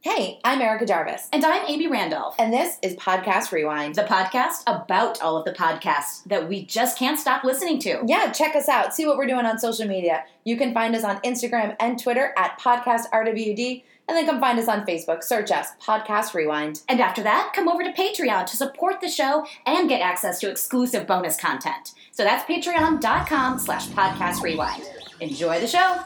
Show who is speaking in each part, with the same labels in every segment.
Speaker 1: Hey, I'm Erica Jarvis,
Speaker 2: And I'm Amy Randolph,
Speaker 1: and this is Podcast Rewind.
Speaker 2: the podcast about all of the podcasts that we just can't stop listening to.
Speaker 1: yeah, check us out. See what we're doing on social media. You can find us on Instagram and Twitter at Podcast RWD, and then come find us on Facebook. Search us Podcast Rewind.
Speaker 2: And after that, come over to Patreon to support the show and get access to exclusive bonus content. So that's patreon.com slash podcast rewind. Enjoy the show.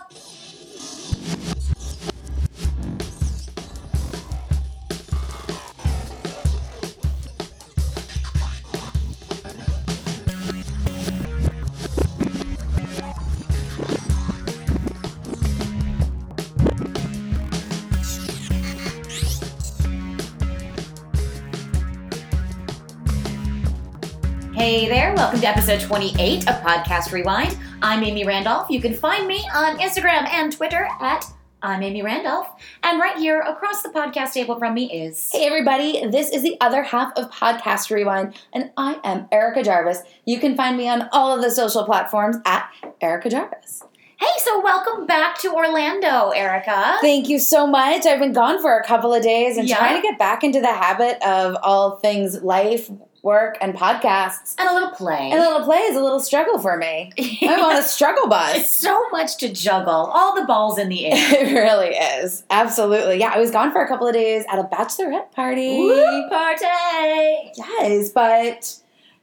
Speaker 2: Hey there, welcome to episode 28 of Podcast Rewind. I'm Amy Randolph. You can find me on Instagram and Twitter at I'm Amy Randolph. And right here across the podcast table from me is.
Speaker 1: Hey everybody, this is the other half of Podcast Rewind, and I am Erica Jarvis. You can find me on all of the social platforms at Erica Jarvis.
Speaker 2: Hey, so welcome back to Orlando, Erica.
Speaker 1: Thank you so much. I've been gone for a couple of days and
Speaker 2: Yeah.
Speaker 1: trying to get back into the habit of all things life, work, and podcasts.
Speaker 2: and a little play.
Speaker 1: And a little play is a little struggle for me. I'm on a struggle
Speaker 2: It's
Speaker 1: bus.
Speaker 2: so much to juggle, all the balls in the air.
Speaker 1: It really is. Absolutely. Yeah, I was gone for a couple of days at a bachelorette party.
Speaker 2: Woo, party!
Speaker 1: Yes, but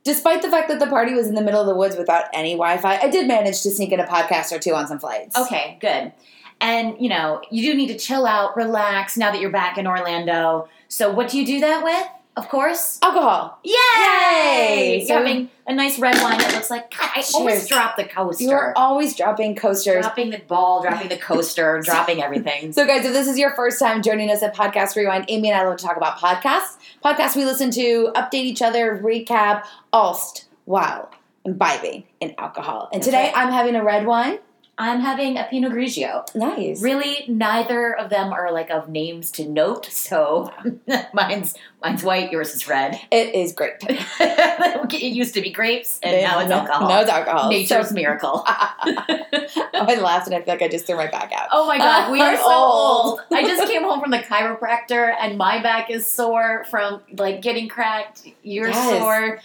Speaker 1: despite the fact that the party was in the middle of the woods without any Wi Fi, I did manage to sneak in a podcast or two on some flights.
Speaker 2: Okay, good. And you know, you do need to chill out, relax now that you're back in Orlando. So, what do you do that with? Of course,
Speaker 1: Alcohol.
Speaker 2: yay!
Speaker 1: Yay!
Speaker 2: You're having a nice red wine that looks like God. I
Speaker 1: Cheers.
Speaker 2: always drop the coaster.
Speaker 1: You are always dropping coasters.
Speaker 2: dropping the ball, dropping the coaster, dropping everything.
Speaker 1: So, guys, if this is your first time joining us at Podcast Rewind, Amy and I love to talk about podcasts. Podcasts we listen to, update each other, recap, alst while imbibing in alcohol. And
Speaker 2: That's
Speaker 1: today
Speaker 2: right.
Speaker 1: I'm having a red wine.
Speaker 2: I'm having a Pinot Grigio.
Speaker 1: Nice.
Speaker 2: Really, neither of them are like of names to note. So mine's mine's white, yours is red.
Speaker 1: It is great.
Speaker 2: it used to be grapes, and now it's alcohol.
Speaker 1: Now it's alcohol.
Speaker 2: Nature's
Speaker 1: So-
Speaker 2: miracle.
Speaker 1: oh, I laughed and I feel like I just threw my back out.
Speaker 2: Oh my god, we are
Speaker 1: I'm
Speaker 2: so
Speaker 1: old.
Speaker 2: old. I just came home from the chiropractor, and my back is sore from like getting cracked. You're
Speaker 1: Yes.
Speaker 2: sore.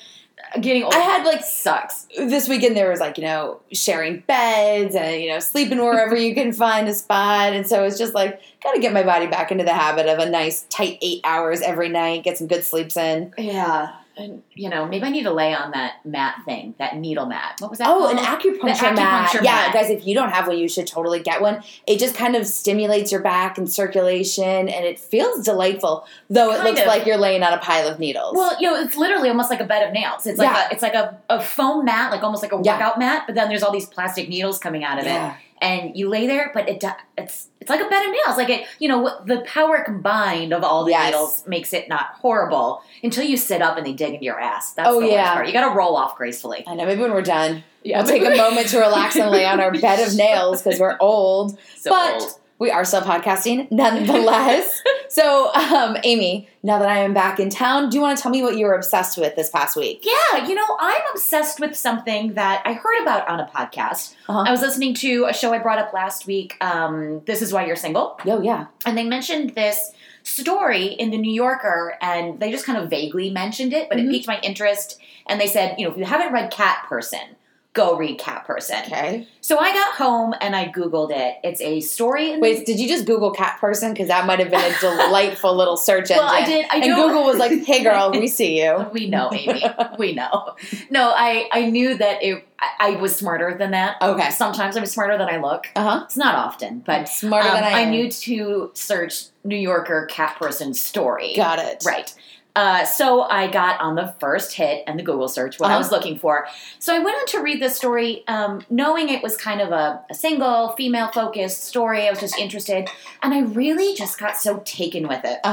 Speaker 2: Getting old.
Speaker 1: I had like
Speaker 2: sucks.
Speaker 1: this weekend there was like you know sharing beds and you know sleeping wherever you can find a spot and so it's just like gotta get my body back into the habit of a nice tight eight hours every night get some good sleeps in
Speaker 2: Yeah. And, you know, maybe I need to lay on that mat thing, that needle mat. What was that?
Speaker 1: oh an
Speaker 2: called?
Speaker 1: acupuncture,
Speaker 2: acupuncture
Speaker 1: mat
Speaker 2: mat.
Speaker 1: yeah guys if you don't have one you should totally get one it just kind of stimulates your back and circulation and it feels delightful though it
Speaker 2: Kind
Speaker 1: looks
Speaker 2: of.
Speaker 1: like you're laying on a pile of needles
Speaker 2: Well, you know, it's literally almost like a bed of nails. It's like
Speaker 1: Yeah.
Speaker 2: a, it's like a, a foam mat, like almost like a
Speaker 1: Yeah.
Speaker 2: workout mat, but then there's all these plastic needles coming out of
Speaker 1: Yeah.
Speaker 2: it. And you lay there, but it do- it's it's like a bed of nails. Like it, you know, what- the power combined of all the
Speaker 1: Yes.
Speaker 2: needles makes it not horrible until you sit up and they dig into your ass. That's
Speaker 1: Oh,
Speaker 2: the
Speaker 1: yeah.
Speaker 2: worst part. You got to roll off gracefully.
Speaker 1: I know. Maybe when we're done,
Speaker 2: Yeah,
Speaker 1: we'll take a
Speaker 2: maybe-
Speaker 1: moment to relax and lay on our bed of nails because we're old.
Speaker 2: So
Speaker 1: but
Speaker 2: old.
Speaker 1: we are still podcasting nonetheless. so, um, Amy, now that I am back in town, do you want to tell me what you were obsessed with this past week?
Speaker 2: yeah, you know, I'm obsessed with something that I heard about on a podcast.
Speaker 1: Uh-huh.
Speaker 2: I was listening to a show I brought up last week. Um, this is why you're single.
Speaker 1: Oh, yeah.
Speaker 2: And they mentioned this story in the New Yorker, and they just kind of vaguely mentioned it, but
Speaker 1: Mhm.
Speaker 2: it piqued my interest. And they said, you know, if you haven't read Cat Person, go read Cat Person.
Speaker 1: Okay.
Speaker 2: So I got home and I Googled it. It's a story in
Speaker 1: Wait, did you just Google cat person? Because that might have been a delightful little search
Speaker 2: the
Speaker 1: engine.
Speaker 2: well, I did. I
Speaker 1: and
Speaker 2: knew-
Speaker 1: Google was like, hey, girl, we see you.
Speaker 2: we know, Amy. we know. No, I, I knew that it. I, I was smarter than that.
Speaker 1: Okay.
Speaker 2: Sometimes I'm smarter than I look.
Speaker 1: Uh huh.
Speaker 2: It's not often, but
Speaker 1: smarter
Speaker 2: um,
Speaker 1: than I, am.
Speaker 2: knew to search New Yorker cat person story.
Speaker 1: Got it.
Speaker 2: Right. Uh, so I got on the first hit and the Google search what I
Speaker 1: Uh-huh.
Speaker 2: was looking for. So I went on to read this story, um, knowing it was kind of a, a single, female focused story. I was just interested. And I really just got so taken with it
Speaker 1: Uh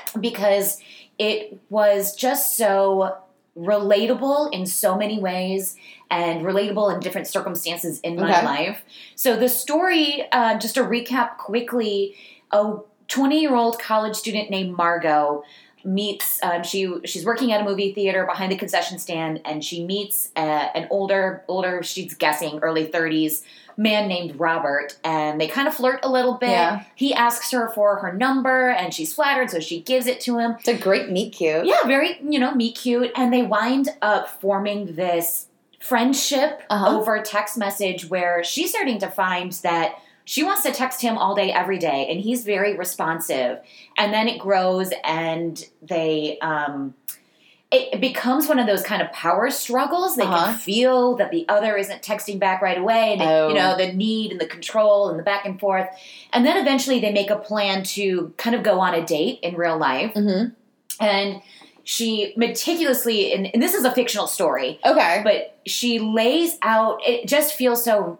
Speaker 1: huh.
Speaker 2: because it was just so relatable in so many ways and relatable in different circumstances in my
Speaker 1: Okay.
Speaker 2: life. So the story, uh, just to recap quickly, a 20 year old college student named Margot meets um, she she's working at a movie theater behind the concession stand and she meets uh, an older older she's guessing early 30s man named Robert and they kind of flirt a little bit.
Speaker 1: Yeah.
Speaker 2: He asks her for her number and she's flattered so she gives it to him.
Speaker 1: It's a great meet cute.
Speaker 2: Yeah, very, you know, meet cute and they wind up forming this friendship
Speaker 1: Uh-huh.
Speaker 2: over text message where she's starting to find that she wants to text him all day every day and he's very responsive and then it grows and they um it it becomes one of those kind of power struggles. They
Speaker 1: Uh-huh.
Speaker 2: can feel that the other isn't texting back right away, and
Speaker 1: Oh.
Speaker 2: you know the need and the control and the back and forth. And then eventually they make a plan to kind of go on a date in real life,
Speaker 1: hmm
Speaker 2: and she meticulously and, and this is a fictional story,
Speaker 1: Okay.
Speaker 2: but she lays out it just feels so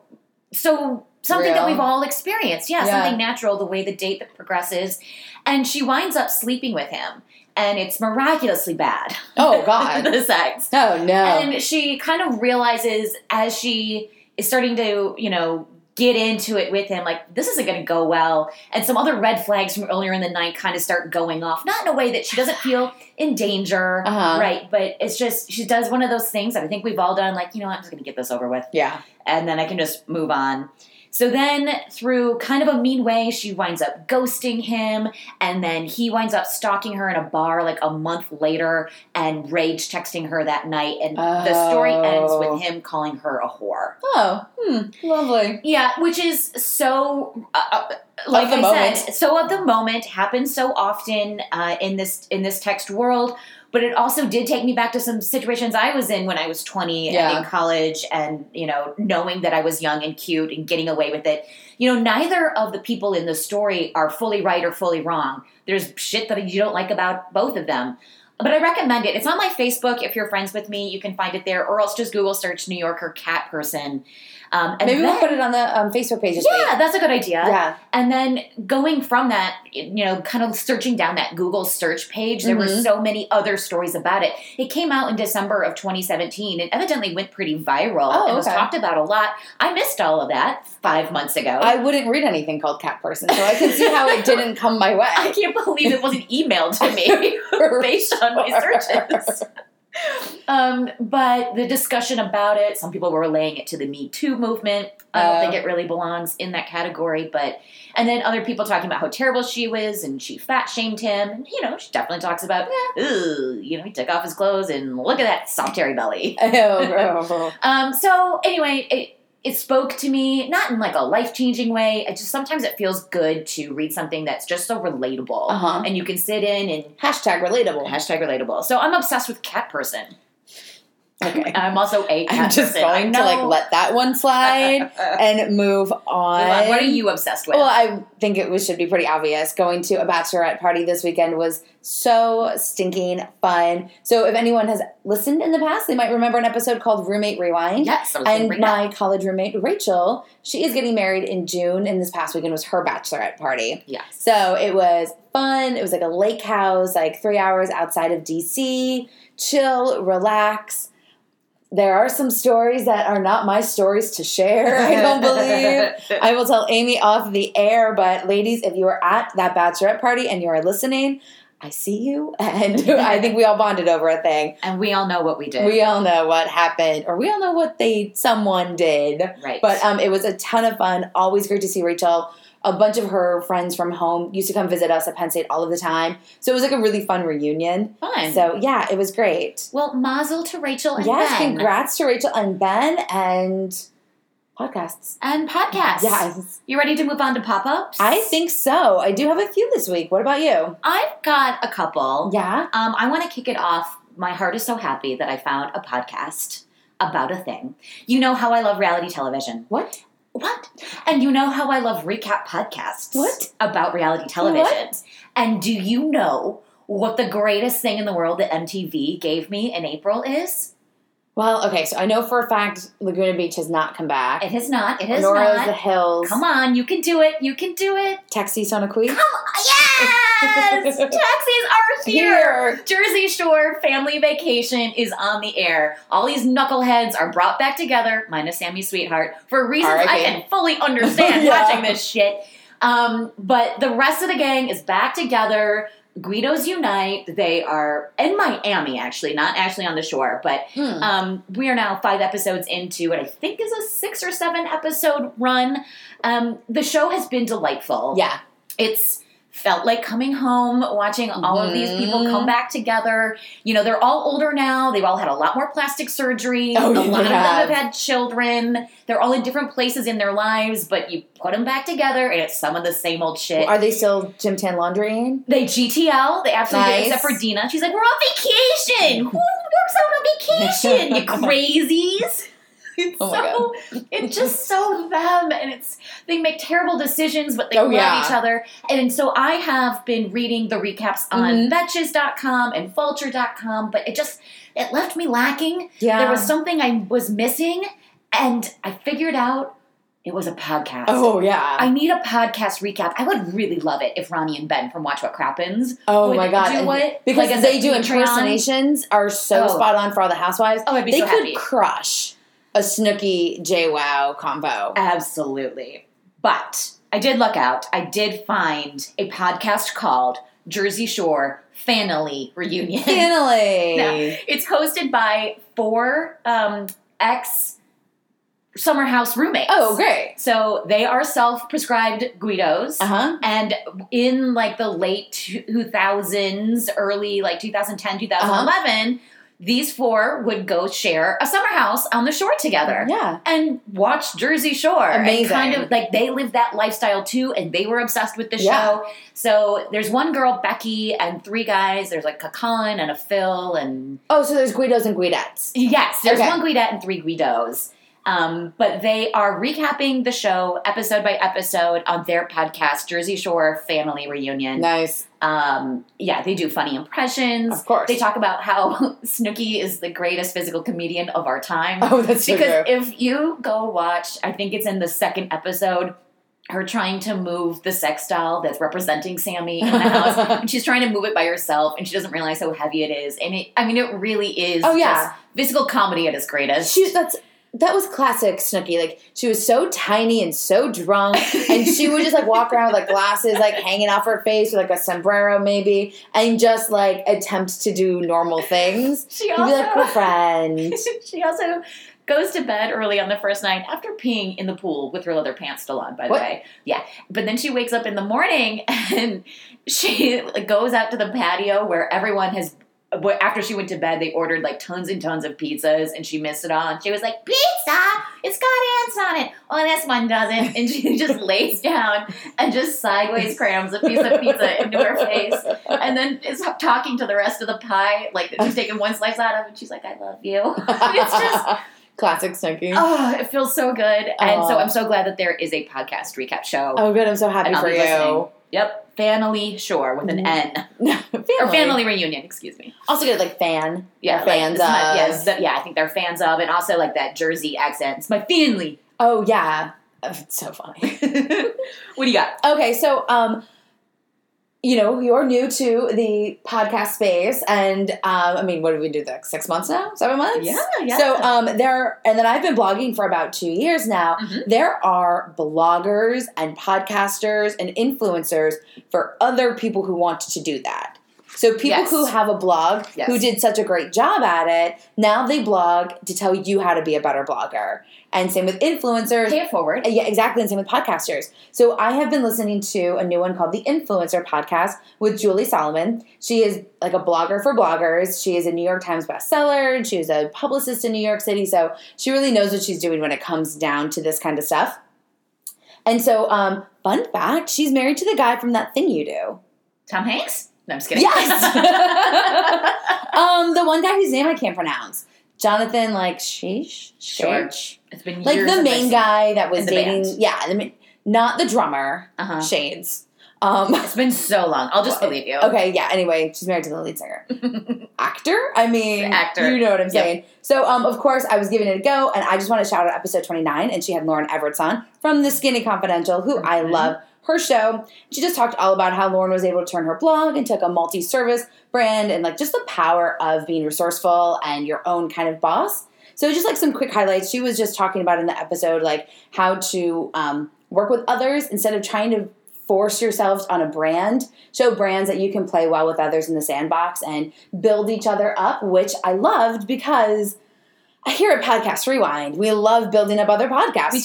Speaker 2: so something that
Speaker 1: Real.
Speaker 2: we've all experienced yeah,
Speaker 1: Yeah.
Speaker 2: something natural the way the date that progresses and she winds up sleeping with him and it's miraculously bad
Speaker 1: Oh, God.
Speaker 2: the sex
Speaker 1: Oh, no.
Speaker 2: and she kind of realizes as she is starting to you know get into it with him like this isn't going to go well and some other red flags from earlier in the night kind of start going off not in a way that she doesn't feel in danger
Speaker 1: Uh-huh.
Speaker 2: right but it's just she does one of those things that i think we've all done like you know what, i'm just going to get this over with
Speaker 1: yeah.
Speaker 2: and then i can just move on so then through kind of a mean way she winds up ghosting him and then he winds up stalking her in a bar like a month later and rage texting her that night and the story ends
Speaker 1: Oh.
Speaker 2: with him calling her a whore
Speaker 1: Oh, hmm. Lovely.
Speaker 2: yeah, which is so uh, uh, like
Speaker 1: the
Speaker 2: I
Speaker 1: moment.
Speaker 2: said, so of the moment happens so often uh, in this in this text world. But it also did take me back to some situations I was in when I was twenty
Speaker 1: Yeah.
Speaker 2: and in college, and you know, knowing that I was young and cute and getting away with it. You know, neither of the people in the story are fully right or fully wrong. There's shit that you don't like about both of them. But I recommend it. It's on my Facebook. If you're friends with me, you can find it there, or else just Google search New Yorker cat person. Um, and
Speaker 1: Maybe
Speaker 2: then,
Speaker 1: we'll put it on the um, Facebook page. this
Speaker 2: yeah, that's a good idea.
Speaker 1: week. Yeah.
Speaker 2: And then going from that, you know, kind of searching down that Google search page, there were
Speaker 1: Mhm.
Speaker 2: so many other stories about it. It came out in December of 2017 and evidently went pretty viral
Speaker 1: Oh,
Speaker 2: and was
Speaker 1: okay.
Speaker 2: talked about a lot. I missed all of that five months ago.
Speaker 1: I wouldn't read anything called Cat Person, so I can see how it didn't come my
Speaker 2: I
Speaker 1: way. Oh,
Speaker 2: can't believe it wasn't emailed to me based on my searches. Um, but the discussion about it, some people were relaying it to the Me Too movement. I don't
Speaker 1: Oh.
Speaker 2: think it really belongs in that category, but and then other people talking about how terrible she was and she fat shamed him. And, you know, she definitely talks about, ooh, you know, he took off his clothes and look at that soft, hairy belly.
Speaker 1: Oh, oh, oh.
Speaker 2: Um, so anyway, it it spoke to me not in like a life changing way. It just sometimes it feels good to read something that's just so relatable,
Speaker 1: Uh-huh.
Speaker 2: and you can sit in and
Speaker 1: Hashtag relatable.
Speaker 2: hashtag relatable. So I'm obsessed with cat person.
Speaker 1: Okay.
Speaker 2: I'm also a cat
Speaker 1: I'm just
Speaker 2: person. I
Speaker 1: going to
Speaker 2: know.
Speaker 1: like let that one slide and move on.
Speaker 2: Elon, what are you obsessed with?
Speaker 1: Well, I think it was, should be pretty obvious. Going to a bachelorette party this weekend was so stinking fun. So, if anyone has listened in the past, they might remember an episode called Roommate Rewind.
Speaker 2: yes, I was
Speaker 1: And
Speaker 2: thinking right
Speaker 1: my college roommate, Rachel, she is getting married in June, and this past weekend was her bachelorette party.
Speaker 2: now. yes.
Speaker 1: So, it was fun. It was like a lake house, like three hours outside of DC. Chill, relax. There are some stories that are not my stories to share, I don't believe. I will tell Amy off the air, but ladies, if you are at that bachelorette party and you are listening, I see you, and I think we all bonded over a thing.
Speaker 2: and we all know what we did.
Speaker 1: We all know what happened, or we all know what they someone did.
Speaker 2: right.
Speaker 1: But um, it was a ton of fun. Always great to see Rachel. A bunch of her friends from home used to come visit us at Penn State all of the time, so it was like a really fun reunion.
Speaker 2: fun.
Speaker 1: So yeah, it was great.
Speaker 2: well, mazel to Rachel and
Speaker 1: yes,
Speaker 2: Ben
Speaker 1: congrats to Rachel and Ben and podcasts.
Speaker 2: and podcast.
Speaker 1: Yes.
Speaker 2: You ready to move on to pop ups?
Speaker 1: I think so. I do have a few this week. What about you?
Speaker 2: I've got a couple.
Speaker 1: Yeah.
Speaker 2: Um, I want to kick it off. My heart is so happy that I found a podcast about a thing. You know how I love reality television.
Speaker 1: What?
Speaker 2: What? And you know how I love recap podcasts.
Speaker 1: What?
Speaker 2: About reality television. And do you know what the greatest thing in the world that MTV gave me in April is?
Speaker 1: Well, okay, so I know for a fact Laguna Beach has not come back.
Speaker 2: It is not. It is
Speaker 1: Nor is the
Speaker 2: not.
Speaker 1: Hills.
Speaker 2: Come on, you can do it. You can do it.
Speaker 1: Taxi Sonoqui.
Speaker 2: Come on. Yes! Taxis are here. Jersey Shore Family Vacation is on the air. All these knuckleheads are brought back together, minus Sammy Sweetheart, for reasons I
Speaker 1: R.I.P..
Speaker 2: can fully understand
Speaker 1: Yeah.
Speaker 2: watching this shit. Um, but the rest of the gang is back together. Guidos Unite. They are in Miami, actually, not actually on the shore, but
Speaker 1: Hmm.
Speaker 2: um, we are now five episodes into what I think is a six or seven episode run. Um, the show has been delightful.
Speaker 1: yeah.
Speaker 2: It's felt like coming home, watching all of these people
Speaker 1: Mhm.
Speaker 2: come back together. You know, they're all older now. They've all had a lot more plastic surgery.
Speaker 1: Oh,
Speaker 2: a
Speaker 1: yeah,
Speaker 2: lot
Speaker 1: they
Speaker 2: of them have
Speaker 1: have.
Speaker 2: had children. They're all in different places in their lives, but you put them back together and it's some of the same old shit.
Speaker 1: Are they still Jim Tan laundrying?
Speaker 2: They GTL. They absolutely
Speaker 1: Nice.
Speaker 2: did, except for Dina. She's like, we're on vacation. Who works out on vacation? You crazies. Oh It's
Speaker 1: Oh my
Speaker 2: so it's just so them and it's they make terrible decisions but they
Speaker 1: Oh,
Speaker 2: love
Speaker 1: yeah.
Speaker 2: each other. And so I have been reading the recaps on
Speaker 1: Mhm.
Speaker 2: betches.com and vulture.com, but it just it left me lacking.
Speaker 1: Yeah.
Speaker 2: There was something I was missing and I figured out it was a podcast.
Speaker 1: Oh yeah.
Speaker 2: I need a podcast recap. I would really love it if Ronnie and Ben from Watch What Crappens.
Speaker 1: oh
Speaker 2: would
Speaker 1: my god.
Speaker 2: do
Speaker 1: And
Speaker 2: what?
Speaker 1: Because
Speaker 2: Like, as
Speaker 1: they
Speaker 2: a
Speaker 1: do
Speaker 2: Patreon?
Speaker 1: impersonations are so
Speaker 2: Oh.
Speaker 1: spot on for all the housewives.
Speaker 2: Oh, I'd be
Speaker 1: they
Speaker 2: so
Speaker 1: could
Speaker 2: happy.
Speaker 1: crush a Snooki J Wow combo.
Speaker 2: Absolutely. But I did look out. I did find a podcast called Jersey Shore Family Reunion.
Speaker 1: Finally.
Speaker 2: Yeah. It's hosted by four um, ex summer house roommates.
Speaker 1: Oh great.
Speaker 2: So they are self prescribed Guidos.
Speaker 1: Uh huh.
Speaker 2: And in like the late 2000s, early like 2010, 2011, these four would go share a summer house on the shore together
Speaker 1: Yeah.
Speaker 2: and watch Jersey Shore. and
Speaker 1: Amazing.
Speaker 2: kind of like they lived that lifestyle too, and they were obsessed with the
Speaker 1: Yeah.
Speaker 2: show. So there's one girl, Becky, and three guys. There's like a Colin and a Phil, and
Speaker 1: Oh, so there's Guidos and Guidettes.
Speaker 2: yes, there's
Speaker 1: Okay.
Speaker 2: one Guidette and three Guidos. Um, but they are recapping the show episode by episode on their podcast, Jersey Shore Family Reunion.
Speaker 1: Nice.
Speaker 2: Um, yeah, they do funny impressions.
Speaker 1: Of course.
Speaker 2: They talk about how Snooki is the greatest physical comedian of our time
Speaker 1: Oh, that's so
Speaker 2: because
Speaker 1: true.
Speaker 2: if you go watch, I think it's in the second episode, her trying to move the sex doll that's representing Sammy in the house, and she's trying to move it by herself, and she doesn't realize how heavy it is. And it, I mean, it really is.
Speaker 1: Oh, yeah.
Speaker 2: just physical comedy at its greatest.
Speaker 1: She that's that was classic Snooki. Like she was so tiny and so drunk, and she would just like walk around with like glasses like hanging off her face with like a sombrero maybe, and just like attempt to do normal things.
Speaker 2: She
Speaker 1: You'd be like, "We're
Speaker 2: also
Speaker 1: friends."
Speaker 2: she also goes to bed early on the first night after peeing in the pool with her leather pants still on. By the
Speaker 1: What?
Speaker 2: way, yeah. But then she wakes up in the morning and she like, goes out to the patio where everyone has. wh- After she went to bed, they ordered like tons and tons of pizzas, and she missed it all. And she was like, "Pizza, it's got ants on it. Oh, this one doesn't." And she just lays down and just sideways crams a piece of pizza into her face and then is talking to the rest of the pie, like that she's taking one slice out of, and she's like, "I love you." it's just,
Speaker 1: classic Snooki. Oh,
Speaker 2: oh, it feels so good, and
Speaker 1: Aw.
Speaker 2: so
Speaker 1: Oh.
Speaker 2: I'm so glad that there is a podcast recap show.
Speaker 1: good. I'm so happy
Speaker 2: and I'll
Speaker 1: for
Speaker 2: be
Speaker 1: you.
Speaker 2: listening. Yep, Family Shore with an
Speaker 1: Mm-hmm.
Speaker 2: N or Family Reunion, excuse me.
Speaker 1: Also good like fan.
Speaker 2: Yeah, like,
Speaker 1: fans
Speaker 2: it's my-
Speaker 1: of.
Speaker 2: yes, the- yeah, I think they're fans of, and also like that Jersey accent. It's my family.
Speaker 1: Oh yeah, it's so funny.
Speaker 2: what do you got?
Speaker 1: Okay, so um, you know, you're new to the podcast space, and um, I mean, what did we do? Like six months now, seven months? So um, there, and then I've been blogging for about two years now.
Speaker 2: Mhm.
Speaker 1: There are bloggers and podcasters and influencers for other people who want to do that. So people
Speaker 2: Yes.
Speaker 1: who have a blog
Speaker 2: Yes.
Speaker 1: who did such a great job at it, now they blog to tell you how to be a better blogger. And same with influencers.
Speaker 2: pay it forward.
Speaker 1: Yeah, exactly. And same with podcasters. So I have been listening to a new one called the Influencer Podcast with Julie Solomon. She is like a blogger for bloggers. She is a New York Times bestseller and she is a publicist in New York City. So she really knows what she's doing when it comes down to this kind of stuff. And so, um, fun fact, she's married to the guy from that thing you do.
Speaker 2: Tom Hanks. No, I'm just kidding.
Speaker 1: Yes! Um, the one guy whose name I can't pronounce. Jonathan, like, sheesh,
Speaker 2: Sure.
Speaker 1: sheesh.
Speaker 2: it's been
Speaker 1: Like
Speaker 2: years
Speaker 1: the
Speaker 2: since I've
Speaker 1: main
Speaker 2: seen-
Speaker 1: guy that was
Speaker 2: And the
Speaker 1: dating,
Speaker 2: band.
Speaker 1: yeah, the, ma- not the drummer.
Speaker 2: Uh-huh.
Speaker 1: Shades. Um,
Speaker 2: It's been so long. I'll just
Speaker 1: Well,
Speaker 2: believe you.
Speaker 1: okay, yeah. Anyway, she's married to the lead singer. Actor? I mean,
Speaker 2: Actor.
Speaker 1: You know what I'm
Speaker 2: Yep.
Speaker 1: saying. So, um, of course, I was giving it a go, and I just want to shout out episode 29, and she had Lauren Everts on from The Skinny Confidential, who I
Speaker 2: Mhm.
Speaker 1: love her show. She just talked all about how Lauren was able to turn her blog into like a multi service brand and like just the power of being resourceful and your own kind of boss. So, just like some quick highlights, she was just talking about in the episode, like how to um, work with others instead of trying to force yourself on a brand. Show brands that you can play well with others in the sandbox and build each other up, which I loved because here at Podcast Rewind, we love building up other
Speaker 2: We do.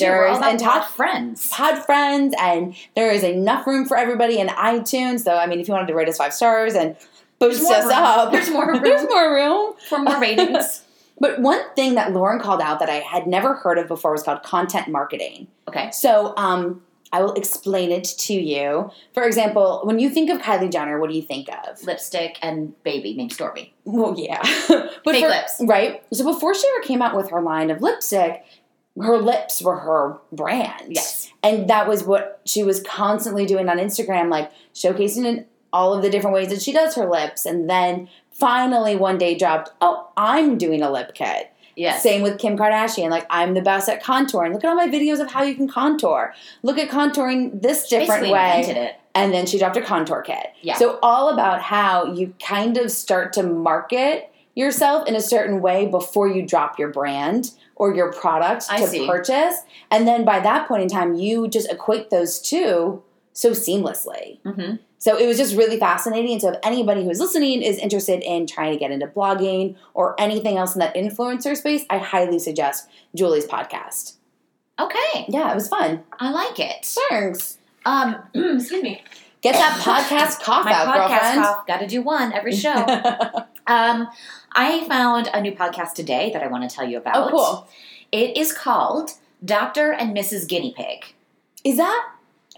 Speaker 2: We're all
Speaker 1: podcasters
Speaker 2: about
Speaker 1: and talk
Speaker 2: friends.
Speaker 1: pod friends and there is enough room for everybody in iTunes. So I mean if you wanted to rate us five stars and boost
Speaker 2: more
Speaker 1: us
Speaker 2: room.
Speaker 1: up.
Speaker 2: There's more room.
Speaker 1: There's more room.
Speaker 2: For more ratings.
Speaker 1: But one thing that Lauren called out that I had never heard of before was called content marketing.
Speaker 2: okay.
Speaker 1: So um I will explain it to you. For example, when you think of Kylie Jenner, what do you think of?
Speaker 2: Lipstick and baby named Stormy.
Speaker 1: Well, yeah. but
Speaker 2: Fake
Speaker 1: for-
Speaker 2: lips.
Speaker 1: Right? So before she ever came out with her line of lipstick, her lips were her brand.
Speaker 2: Yes.
Speaker 1: And that was what she was constantly doing on Instagram, like showcasing in all of the different ways that she does her lips. And then finally one day dropped, oh, I'm doing a lip kit.
Speaker 2: Yes.
Speaker 1: Same with Kim Kardashian. Like, I'm the best at contouring. Look at all my videos of how you can contour. Look at contouring this different
Speaker 2: Basically
Speaker 1: way.
Speaker 2: invented it.
Speaker 1: And then she dropped a contour kit.
Speaker 2: Yeah.
Speaker 1: So, all about how you kind of start to market yourself in a certain way before you drop your brand or your product
Speaker 2: I
Speaker 1: to
Speaker 2: see.
Speaker 1: purchase. And then by that point in time, you just equate those two so seamlessly.
Speaker 2: Mm-hmm.
Speaker 1: So it was just really fascinating. And so if anybody who's listening is interested in trying to get into blogging or anything else in that influencer space, I highly suggest Julie's podcast.
Speaker 2: Okay.
Speaker 1: Yeah, it was fun.
Speaker 2: I like it.
Speaker 1: Thanks.
Speaker 2: Um, excuse me.
Speaker 1: Get that podcast cough
Speaker 2: My
Speaker 1: out,
Speaker 2: podcast
Speaker 1: girlfriend.
Speaker 2: cough. Got to do one every show. um, I found a new podcast today that I want to tell you about.
Speaker 1: oh, cool.
Speaker 2: It is called Doctor and Mrs. Guinea Pig.
Speaker 1: Is that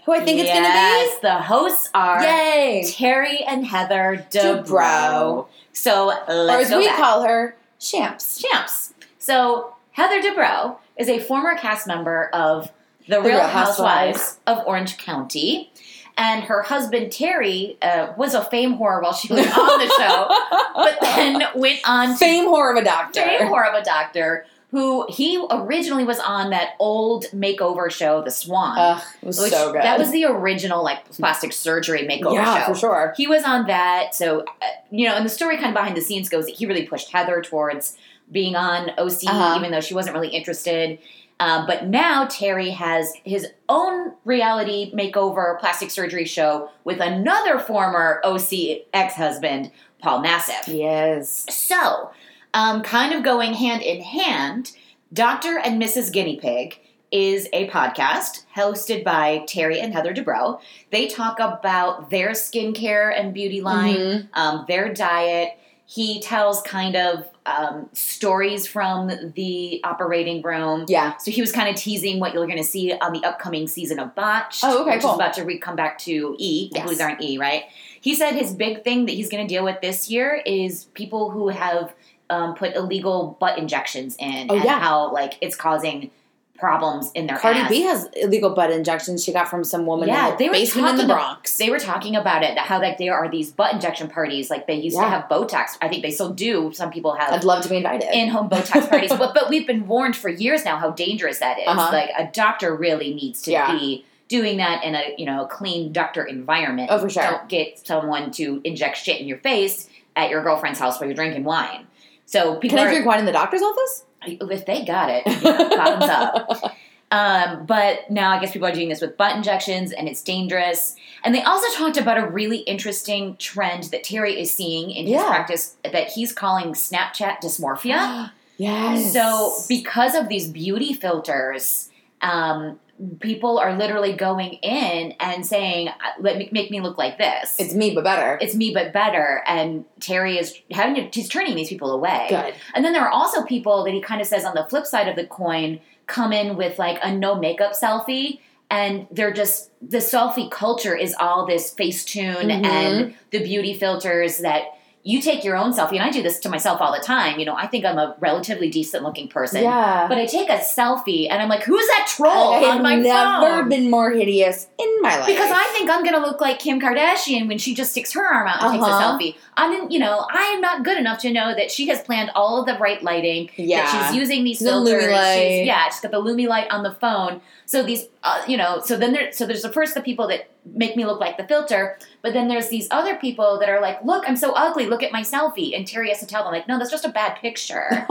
Speaker 1: who I think
Speaker 2: yes, the hosts
Speaker 1: it's
Speaker 2: are
Speaker 1: gonna be? Yay.
Speaker 2: Terry and Heather
Speaker 1: Dubrow.
Speaker 2: Dubrow. So
Speaker 1: Or
Speaker 2: let's
Speaker 1: as
Speaker 2: go
Speaker 1: we
Speaker 2: back.
Speaker 1: call her, Champs.
Speaker 2: Champs. So Heather Dubrow is a former cast member of The,
Speaker 1: Real
Speaker 2: Real, Housewives of Orange County. And her husband Terry uh, was a fame whore while she was on the show, but then went on to
Speaker 1: Fame horror of a doctor.
Speaker 2: Fame whore of a doctor who he originally was on that old makeover show, The Swan.
Speaker 1: Ugh, it was
Speaker 2: which-
Speaker 1: Oh, so good.
Speaker 2: That was the original like plastic surgery makeover
Speaker 1: yeah,
Speaker 2: show.
Speaker 1: for sure.
Speaker 2: He was on that. So, uh, you know, and the story kind of behind the scenes goes that he really pushed Heather towards being on OC,
Speaker 1: Uh-huh.
Speaker 2: even though she wasn't really interested. Um, but now Terry has his own reality makeover plastic surgery show with another former OC ex husband, Paul Nassif.
Speaker 1: Yes.
Speaker 2: So, um, kind of going hand in hand, Dr. and Mrs. Guinea Pig is a podcast hosted by Terry and Heather Dubrow. They talk about their skincare and beauty line,
Speaker 1: Mhm.
Speaker 2: um, their diet. He tells kind of um, stories from the operating room.
Speaker 1: Yeah.
Speaker 2: So he was kind of teasing what you're going to see on the upcoming season of Botch.
Speaker 1: Oh, okay,
Speaker 2: which
Speaker 1: cool.
Speaker 2: is about to re- come back to E. I
Speaker 1: Yes.
Speaker 2: believe they're on E, right? He said his big thing that he's going to deal with this year is people who have um, put illegal butt injections in,
Speaker 1: Oh,
Speaker 2: and
Speaker 1: yeah.
Speaker 2: how like it's causing problems in their
Speaker 1: Cardi
Speaker 2: ass.
Speaker 1: B has illegal butt injections she got from some woman
Speaker 2: Yeah,
Speaker 1: in the
Speaker 2: they were
Speaker 1: basement in the
Speaker 2: talking ab-
Speaker 1: Bronx.
Speaker 2: They were talking about it, that how like there are these butt injection parties, like they used
Speaker 1: Yeah.
Speaker 2: to have Botox. I think they still do. Some people have
Speaker 1: I'd love to be invited.
Speaker 2: in-home Botox parties. but but we've been warned for years now how dangerous that is.
Speaker 1: Uh-huh.
Speaker 2: Like a doctor really needs to
Speaker 1: Yeah.
Speaker 2: be doing that in a you know clean doctor environment.
Speaker 1: Oh, for sure.
Speaker 2: Don't get someone to inject shit in your face at your girlfriend's house while you're drinking wine. So people
Speaker 1: Can I
Speaker 2: are-
Speaker 1: drink wine in the doctor's office?
Speaker 2: if they got it, you know, bottoms up. Um, but now I guess people are doing this with butt injections and it's dangerous. And they also talked about a really interesting trend that Terry is seeing in his
Speaker 1: Yeah.
Speaker 2: practice that he's calling Snapchat dysmorphia.
Speaker 1: yes.
Speaker 2: So, because of these beauty filters, um, people are literally going in and saying, "Uh, "Let me make me look like this."
Speaker 1: it's me, but better.
Speaker 2: It's me, but better. And Terry is having to, he's turning these people away.
Speaker 1: good.
Speaker 2: And then there are also people that he kind of says on the flip side of the coin come in with like a no makeup selfie. And they're just the selfie culture is all this Facetune
Speaker 1: Mhm.
Speaker 2: and the beauty filters that you take your own selfie. And I do this to myself all the time. You know, I think I'm a relatively decent looking person,
Speaker 1: Yeah.
Speaker 2: but I take a selfie and I'm like, who's that troll
Speaker 1: I've
Speaker 2: on my
Speaker 1: never
Speaker 2: phone?
Speaker 1: been more hideous in my life.
Speaker 2: because I think I'm gonna look like Kim Kardashian when she just sticks her arm out
Speaker 1: Uh-huh.
Speaker 2: and takes a selfie. I didn't, you know, I am not good enough to know that she has planned all of the right lighting,
Speaker 1: yeah.
Speaker 2: that she's using these
Speaker 1: The
Speaker 2: filters.
Speaker 1: Lumi light.
Speaker 2: She's, yeah, she's got the Lumi light on the phone. So these, uh, you know, so then there, so there's the first the people that make me look like the filter, but then there's these other people that are like, look, I'm so ugly. Look at my selfie. And Terry has to tell them like, no, that's just a bad picture.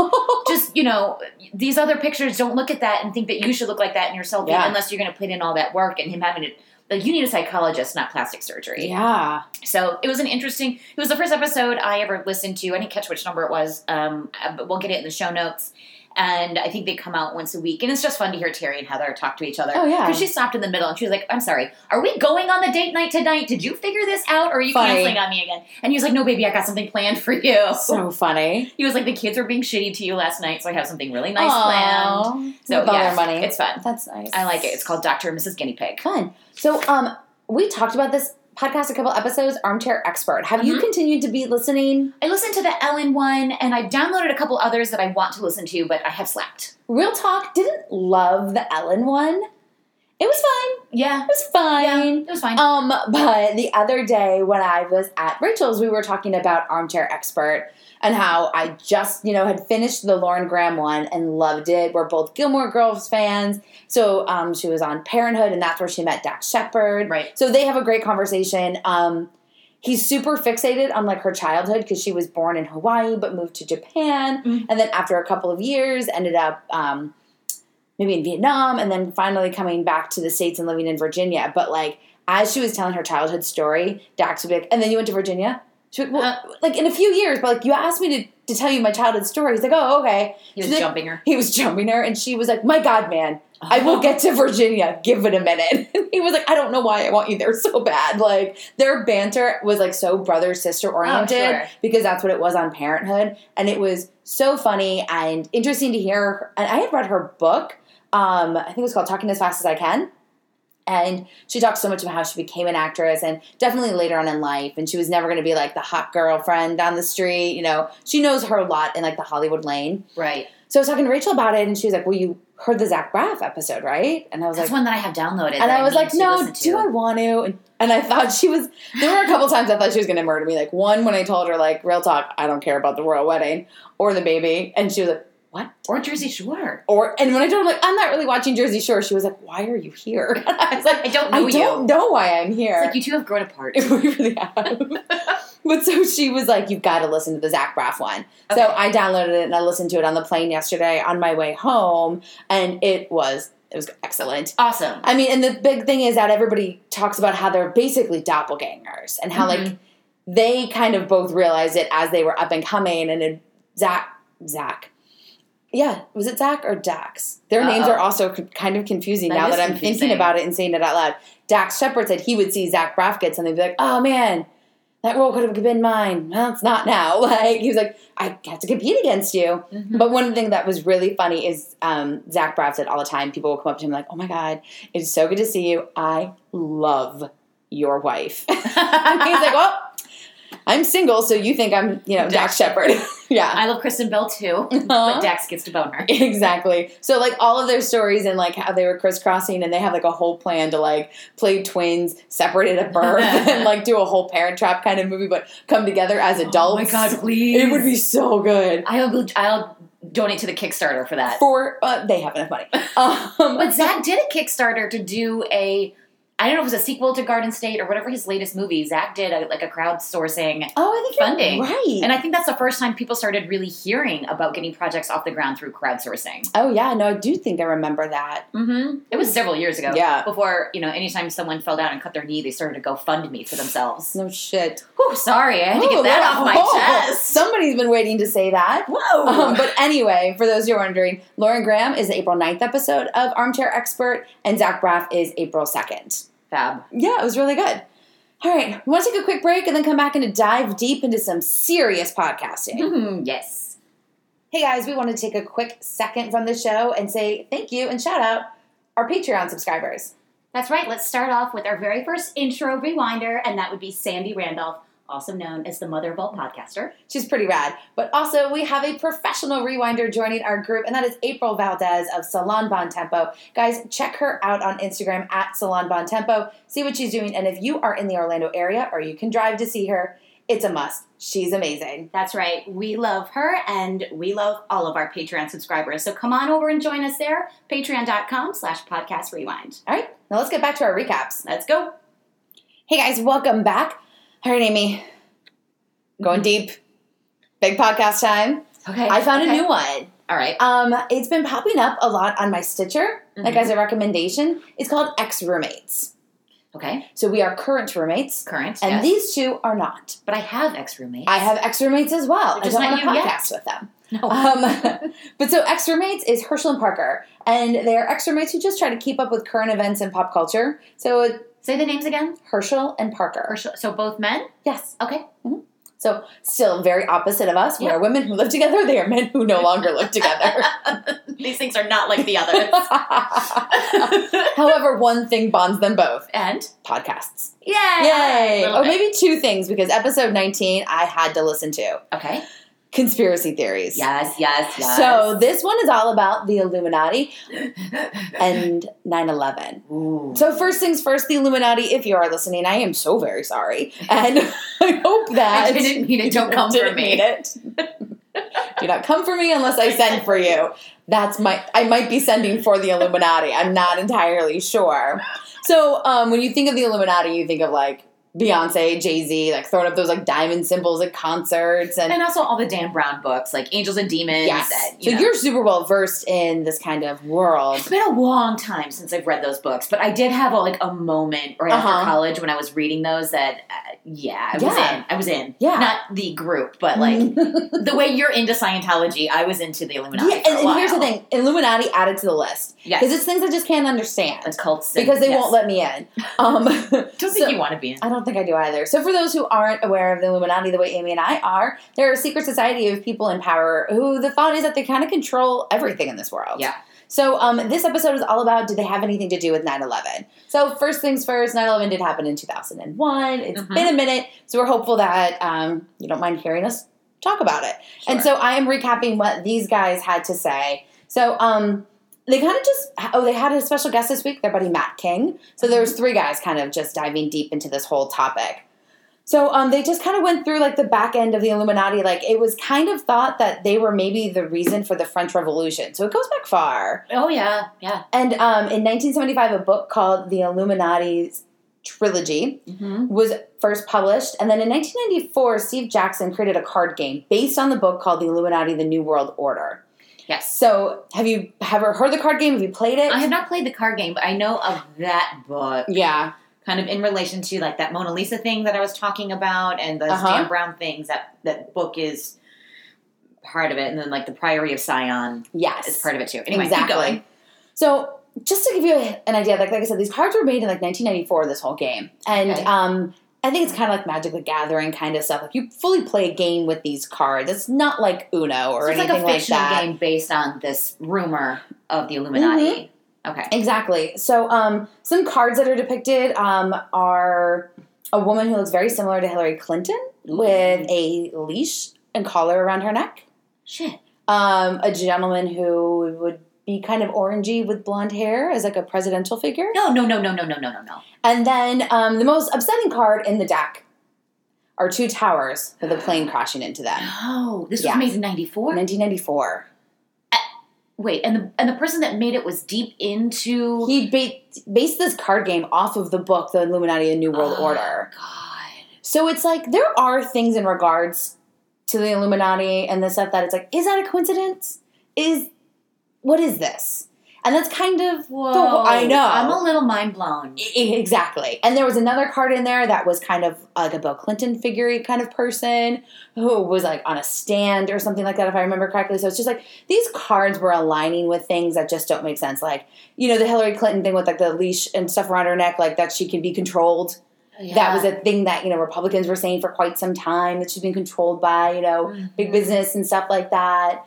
Speaker 2: just you know, these other pictures don't look at that and think that you should look like that in your selfie
Speaker 1: Yeah.
Speaker 2: unless you're going to put in all that work and him having to. like you need a psychologist, not plastic surgery.
Speaker 1: Yeah.
Speaker 2: So it was an interesting. It was the first episode I ever listened to. I didn't catch which number it was, um, uh, but we'll get it in the show notes. And I think they come out once a week, and it's just fun to hear Terry and Heather talk to each other.
Speaker 1: Oh, yeah.
Speaker 2: because she stopped in the middle and she was like, "I'm sorry, are we going on the date night tonight? Did you figure this out, or are you
Speaker 1: Funny.
Speaker 2: canceling on me again?" And he was like, "No, baby, I got something planned for you."
Speaker 1: So funny.
Speaker 2: he was like, "The kids were being shitty to you last night, so I have something really nice planned."
Speaker 1: Aw.
Speaker 2: So
Speaker 1: With all
Speaker 2: yeah,
Speaker 1: their money.
Speaker 2: it's fun.
Speaker 1: That's nice.
Speaker 2: I like it. It's called Doctor and Mrs. Guinea Pig.
Speaker 1: fun. So um, we talked about this podcast a couple episodes. Armchair Expert. Have you
Speaker 2: Mhm.
Speaker 1: continued to be listening?
Speaker 2: I listened to the Ellen one, and I've downloaded a couple others that I want to listen to, but I have slapped.
Speaker 1: Real talk. Didn't love the Ellen one. It was fine.
Speaker 2: Yeah,
Speaker 1: It was fine.
Speaker 2: it was fine.
Speaker 1: Um, but the other day when I was at Rachel's, we were talking about Armchair Expert and how I just, you know, had finished the Lauren Graham one and loved it. We're both Gilmore Girls fans. So um, she was on Parenthood, and that's where she met Dax Shepard.
Speaker 2: Right.
Speaker 1: So they have a great conversation. Um, he's super fixated on like her childhood because she was born in Hawaii but moved to Japan,
Speaker 2: Mm.
Speaker 1: and then after a couple of years, ended up um, maybe in Vietnam, and then finally coming back to the states and living in Virginia. But like as she was telling her childhood story, Dax would be like, "And then you went to Virginia." She would, well,
Speaker 2: Uh.
Speaker 1: like in a few years, but like you asked me to, to tell you my childhood story. He's like, "Oh, okay."
Speaker 2: he was
Speaker 1: She's like,
Speaker 2: jumping her.
Speaker 1: he was jumping her, and she was like, "My God, man, I will get to Virginia. Give it a minute. he was like, I don't know why I want you there so bad. Like their banter was like so brother sister oriented
Speaker 2: Oh, sure.
Speaker 1: because that's what it was on Parenthood, and it was so funny and interesting to hear. And I had read her book. Um, I think it was called Talking as Fast as I Can. And she talked so much about how she became an actress and definitely later on in life. And she was never going to be like the hot girlfriend down the street. You know, she knows her lot in like the Hollywood lane.
Speaker 2: Right.
Speaker 1: So I was talking to Rachel about it, and she was like, "Well, you heard the Zach Braff episode, right?" And I was
Speaker 2: That's
Speaker 1: like,
Speaker 2: one that I have downloaded.
Speaker 1: "And
Speaker 2: that
Speaker 1: I was
Speaker 2: need
Speaker 1: like,
Speaker 2: to
Speaker 1: no,
Speaker 2: listen to.
Speaker 1: do I want to?" And, and I thought she was. There were a couple times I thought she was going to murder me. Like one when I told her, like, "Real talk, I don't care about the royal wedding or the baby," and she was like, "What?"
Speaker 2: Or Jersey Shore.
Speaker 1: Or and when I told her, like, "I'm not really watching Jersey Shore," she was like, "Why are you here?" And I was like,
Speaker 2: I don't know
Speaker 1: "I don't
Speaker 2: you.
Speaker 1: know why I'm here."
Speaker 2: It's like you two have grown apart.
Speaker 1: we really have. but so she was like, "You've got to listen to the Zach Braff one." So
Speaker 2: Okay.
Speaker 1: I downloaded it and I listened to it on the plane yesterday on my way home, and it was it was excellent.
Speaker 2: awesome.
Speaker 1: I mean, and the big thing is that everybody talks about how they're basically doppelgangers and how like
Speaker 2: Mhm.
Speaker 1: they kind of both realized it as they were up and coming, and then Zach Zach. Yeah, was it Zach or Dax? Their names
Speaker 2: Uh-oh.
Speaker 1: are also c- kind of confusing
Speaker 2: That
Speaker 1: now
Speaker 2: is
Speaker 1: that I'm
Speaker 2: confusing.
Speaker 1: thinking about it and saying it out loud. Dax Shepard said he would see Zach Braff get something and be like, oh man, that role could have been mine. Well, it's not now. Like, he was like, I have to compete against you.
Speaker 2: Mhm.
Speaker 1: But one thing that was really funny is um, Zach Braff said all the time, people will come up to him like, oh my God, it's so good to see you. I love your wife. and he's like, well, I'm single, so you think I'm, you know, Dax
Speaker 2: Dax
Speaker 1: Shepard. yeah.
Speaker 2: I love Kristen Bell too, but
Speaker 1: Uh-huh.
Speaker 2: Dax gets to bone her.
Speaker 1: Exactly. So like all of their stories and like how they were crisscrossing and they have like a whole plan to like play twins separated at birth and like do a whole parent trap kind of movie but come together as adults.
Speaker 2: Oh my god, please!
Speaker 1: It would be so good.
Speaker 2: I'll I'll donate to the Kickstarter for that.
Speaker 1: For uh, they have enough money. Um
Speaker 2: But Zach did a Kickstarter to do a. I don't know if it was a sequel to Garden State or whatever his latest movie. Zach did a, like a crowdsourcing
Speaker 1: Oh, I think you're
Speaker 2: funding.
Speaker 1: right.
Speaker 2: And I think that's the first time people started really hearing about getting projects off the ground through crowdsourcing.
Speaker 1: oh yeah, no, I do think I remember that.
Speaker 2: Mm-hmm. It was several years ago.
Speaker 1: Yeah.
Speaker 2: Before, you know, anytime someone fell down and cut their knee, they started to GoFundMe for themselves.
Speaker 1: No shit.
Speaker 2: Whew, sorry, I had to
Speaker 1: Oh,
Speaker 2: get that off my
Speaker 1: oh,
Speaker 2: chest. Oh.
Speaker 1: Somebody's been waiting to say that.
Speaker 2: Whoa.
Speaker 1: Um, but anyway, for those who are wondering, Lauren Graham is the April 9th episode of Armchair Expert, and Zach Braff is April 2nd.
Speaker 2: Fab.
Speaker 1: Yeah, it was really good. All right, we want to take a quick break and then come back and to dive deep into some serious podcasting.
Speaker 2: Mhm, yes.
Speaker 1: hey guys, we want to take a quick second from the show and say thank you and shout out our Patreon subscribers.
Speaker 2: That's right. Let's start off with our very first intro rewinder, and that would be Sandy Randolph, also known as the mother of all podcaster.
Speaker 1: She's pretty rad. But also, we have a professional rewinder joining our group, and that is April Valdez of Salon Bon Tempo. Guys, check her out on Instagram at Salon Bon Tempo. See what she's doing, and if you are in the Orlando area or you can drive to see her, it's a must. She's amazing.
Speaker 2: That's right. We love her and we love all of our Patreon subscribers. So come on over and join us there. Patreon.com slash podcast rewind.
Speaker 1: All right, now let's get back to our recaps.
Speaker 2: Let's go.
Speaker 1: Hey guys, welcome back. All right, Amy, going deep. Big podcast time.
Speaker 2: Okay.
Speaker 1: I found
Speaker 2: Okay.
Speaker 1: a new one.
Speaker 2: All right.
Speaker 1: Um, it's been popping up a lot on my Stitcher, like
Speaker 2: Mhm.
Speaker 1: as a recommendation. It's called Ex Roommates.
Speaker 2: Okay.
Speaker 1: So we are current roommates,
Speaker 2: Current.
Speaker 1: and
Speaker 2: yes.
Speaker 1: these two are not.
Speaker 2: But I have ex roommates.
Speaker 1: I have ex roommates as well.
Speaker 2: They're
Speaker 1: I
Speaker 2: just
Speaker 1: don't
Speaker 2: not
Speaker 1: want to
Speaker 2: you yet.
Speaker 1: podcast with them.
Speaker 2: No.
Speaker 1: Um, but so ex roommates is Herschel and Parker, and they are ex roommates who just try to keep up with current events and pop culture. So it's
Speaker 2: Say the names again.
Speaker 1: Herschel and Parker.
Speaker 2: Or sh- so both men?
Speaker 1: Yes. Mm-hmm.
Speaker 2: Okay.
Speaker 1: So still very opposite of us. We
Speaker 2: Yeah.
Speaker 1: are women who live together. They are men who no longer live together.
Speaker 2: These things are not like the others.
Speaker 1: However, one thing bonds them both:
Speaker 2: and
Speaker 1: podcasts.
Speaker 2: yay!
Speaker 1: Yay!
Speaker 2: Little
Speaker 1: Or
Speaker 2: bit.
Speaker 1: maybe two things because episode 19 I had to listen to
Speaker 2: Okay.
Speaker 1: conspiracy theories.
Speaker 2: Yes, yes, yes.
Speaker 1: So this one is all about the Illuminati and 9/11.
Speaker 2: Ooh.
Speaker 1: So first things first, the Illuminati. If you are listening, I am so very sorry, and I hope that
Speaker 2: I didn't mean it. Don't come for
Speaker 1: Didn't
Speaker 2: me.
Speaker 1: mean it. Do not come for me unless I send for you. That's my. I might be sending for the Illuminati. I'm not entirely sure. So um, when you think of the Illuminati, you think of like Beyonce, Jay Z, like throwing up those like diamond symbols at concerts, and,
Speaker 2: And also all the Dan Brown books, like Angels and Demons.
Speaker 1: yes.
Speaker 2: and, you
Speaker 1: so
Speaker 2: know.
Speaker 1: you're super well versed in this kind of world.
Speaker 2: It's been a long time since I've read those books, but I did have a, like a moment right
Speaker 1: Uh-huh.
Speaker 2: after college when I was reading those that, uh, yeah, I was
Speaker 1: Yeah.
Speaker 2: in. I was in.
Speaker 1: Yeah. Mm-hmm.
Speaker 2: Not the group, but like the way you're into Scientology, I was into the Illuminati.
Speaker 1: Yeah,
Speaker 2: for a
Speaker 1: and, and here's the
Speaker 2: while.
Speaker 1: thing: Illuminati added to the list
Speaker 2: Yes.
Speaker 1: because it's things I just can't understand
Speaker 2: a cult sin,
Speaker 1: because they
Speaker 2: yes.
Speaker 1: won't let me in. Um,
Speaker 2: Don't think
Speaker 1: so-
Speaker 2: you want to be in.
Speaker 1: I don't think I do either. So, for those who aren't aware of the Illuminati the way Amy and I are, they're a secret society of people in power who the thought is that they kind of control everything in this world.
Speaker 2: Yeah.
Speaker 1: So, um, this episode is all about do they have anything to do with 9 11? So, first things first, 9 11 did happen in 2001. It's
Speaker 2: Mhm.
Speaker 1: been a minute, so we're hopeful that um, you don't mind hearing us talk about it. And
Speaker 2: Sure.
Speaker 1: so, I am recapping what these guys had to say. So, um, they kind of just oh they had a special guest this week their buddy matt king so there was three guys kind of just diving deep into this whole topic so um, they just kind of went through like the back end of the illuminati like it was kind of thought that they were maybe the reason for the french revolution so it goes back far
Speaker 2: oh yeah, yeah.
Speaker 1: and um, in 1975 a book called the illuminati's trilogy
Speaker 2: Mm-hmm.
Speaker 1: was first published. And then in 1994, Steve Jackson created a card game based on the book called The Illuminati The New World Order.
Speaker 2: Yes.
Speaker 1: So, have you ever heard the card game? Have you played it?
Speaker 2: I have not played the card game, but I know of that book,
Speaker 1: Yeah.
Speaker 2: kind of in relation to like that Mona Lisa thing that I was talking about, and the
Speaker 1: Uh-huh.
Speaker 2: Dan Brown things. That that book is part of it, and then like the Priory of Sion
Speaker 1: Yes.
Speaker 2: is part of it too. Anyway, keep
Speaker 1: exactly.
Speaker 2: going.
Speaker 1: So, just to give you a- an idea, like, like I said, these cards were made in like 1994, this whole game. And
Speaker 2: Okay.
Speaker 1: um, I think it's kind of like Magic the Gathering kind of stuff. Like, you fully play a game with these cards. It's not like Uno or
Speaker 2: So it's like
Speaker 1: anything
Speaker 2: a
Speaker 1: like,
Speaker 2: fictional
Speaker 1: that.
Speaker 2: game based on this rumor of the Illuminati. Okay.
Speaker 1: Exactly. So, um, some cards that are depicted um, are a woman who looks very similar to Hillary Clinton with a leash and collar around her neck,
Speaker 2: Shit.
Speaker 1: um, a gentleman who would be kind of orangey with blonde hair as like a presidential figure,
Speaker 2: No, no, no, no, no, no, no, no, no.
Speaker 1: and then um, the most upsetting card in the deck are two towers with a plane crashing into them.
Speaker 2: No. Oh, This was
Speaker 1: Yeah.
Speaker 2: made in '94.
Speaker 1: 1994.
Speaker 2: Wait, and the and the person that made it was deep into
Speaker 1: He ba- based this card game off of the book, The Illuminati: A New World
Speaker 2: Oh,
Speaker 1: Order.
Speaker 2: God.
Speaker 1: So it's like there are things in regards to the Illuminati and the stuff that it's like, is that a coincidence? Is what is this? And that's kind of
Speaker 2: Whoa.
Speaker 1: whole- I know.
Speaker 2: I'm a little mind blown.
Speaker 1: e- e- exactly. And there was another card in there that was kind of like a Bill Clinton figure kind of person who was like on a stand or something like that, if I remember correctly. So it's just like these cards were aligning with things that just don't make sense. Like you know the Hillary Clinton thing with like the leash and stuff around her neck, like that she can be controlled that was a thing that you know republicans were saying for quite some time that she's been controlled by you know
Speaker 2: Mm-hmm.
Speaker 1: big business and stuff like that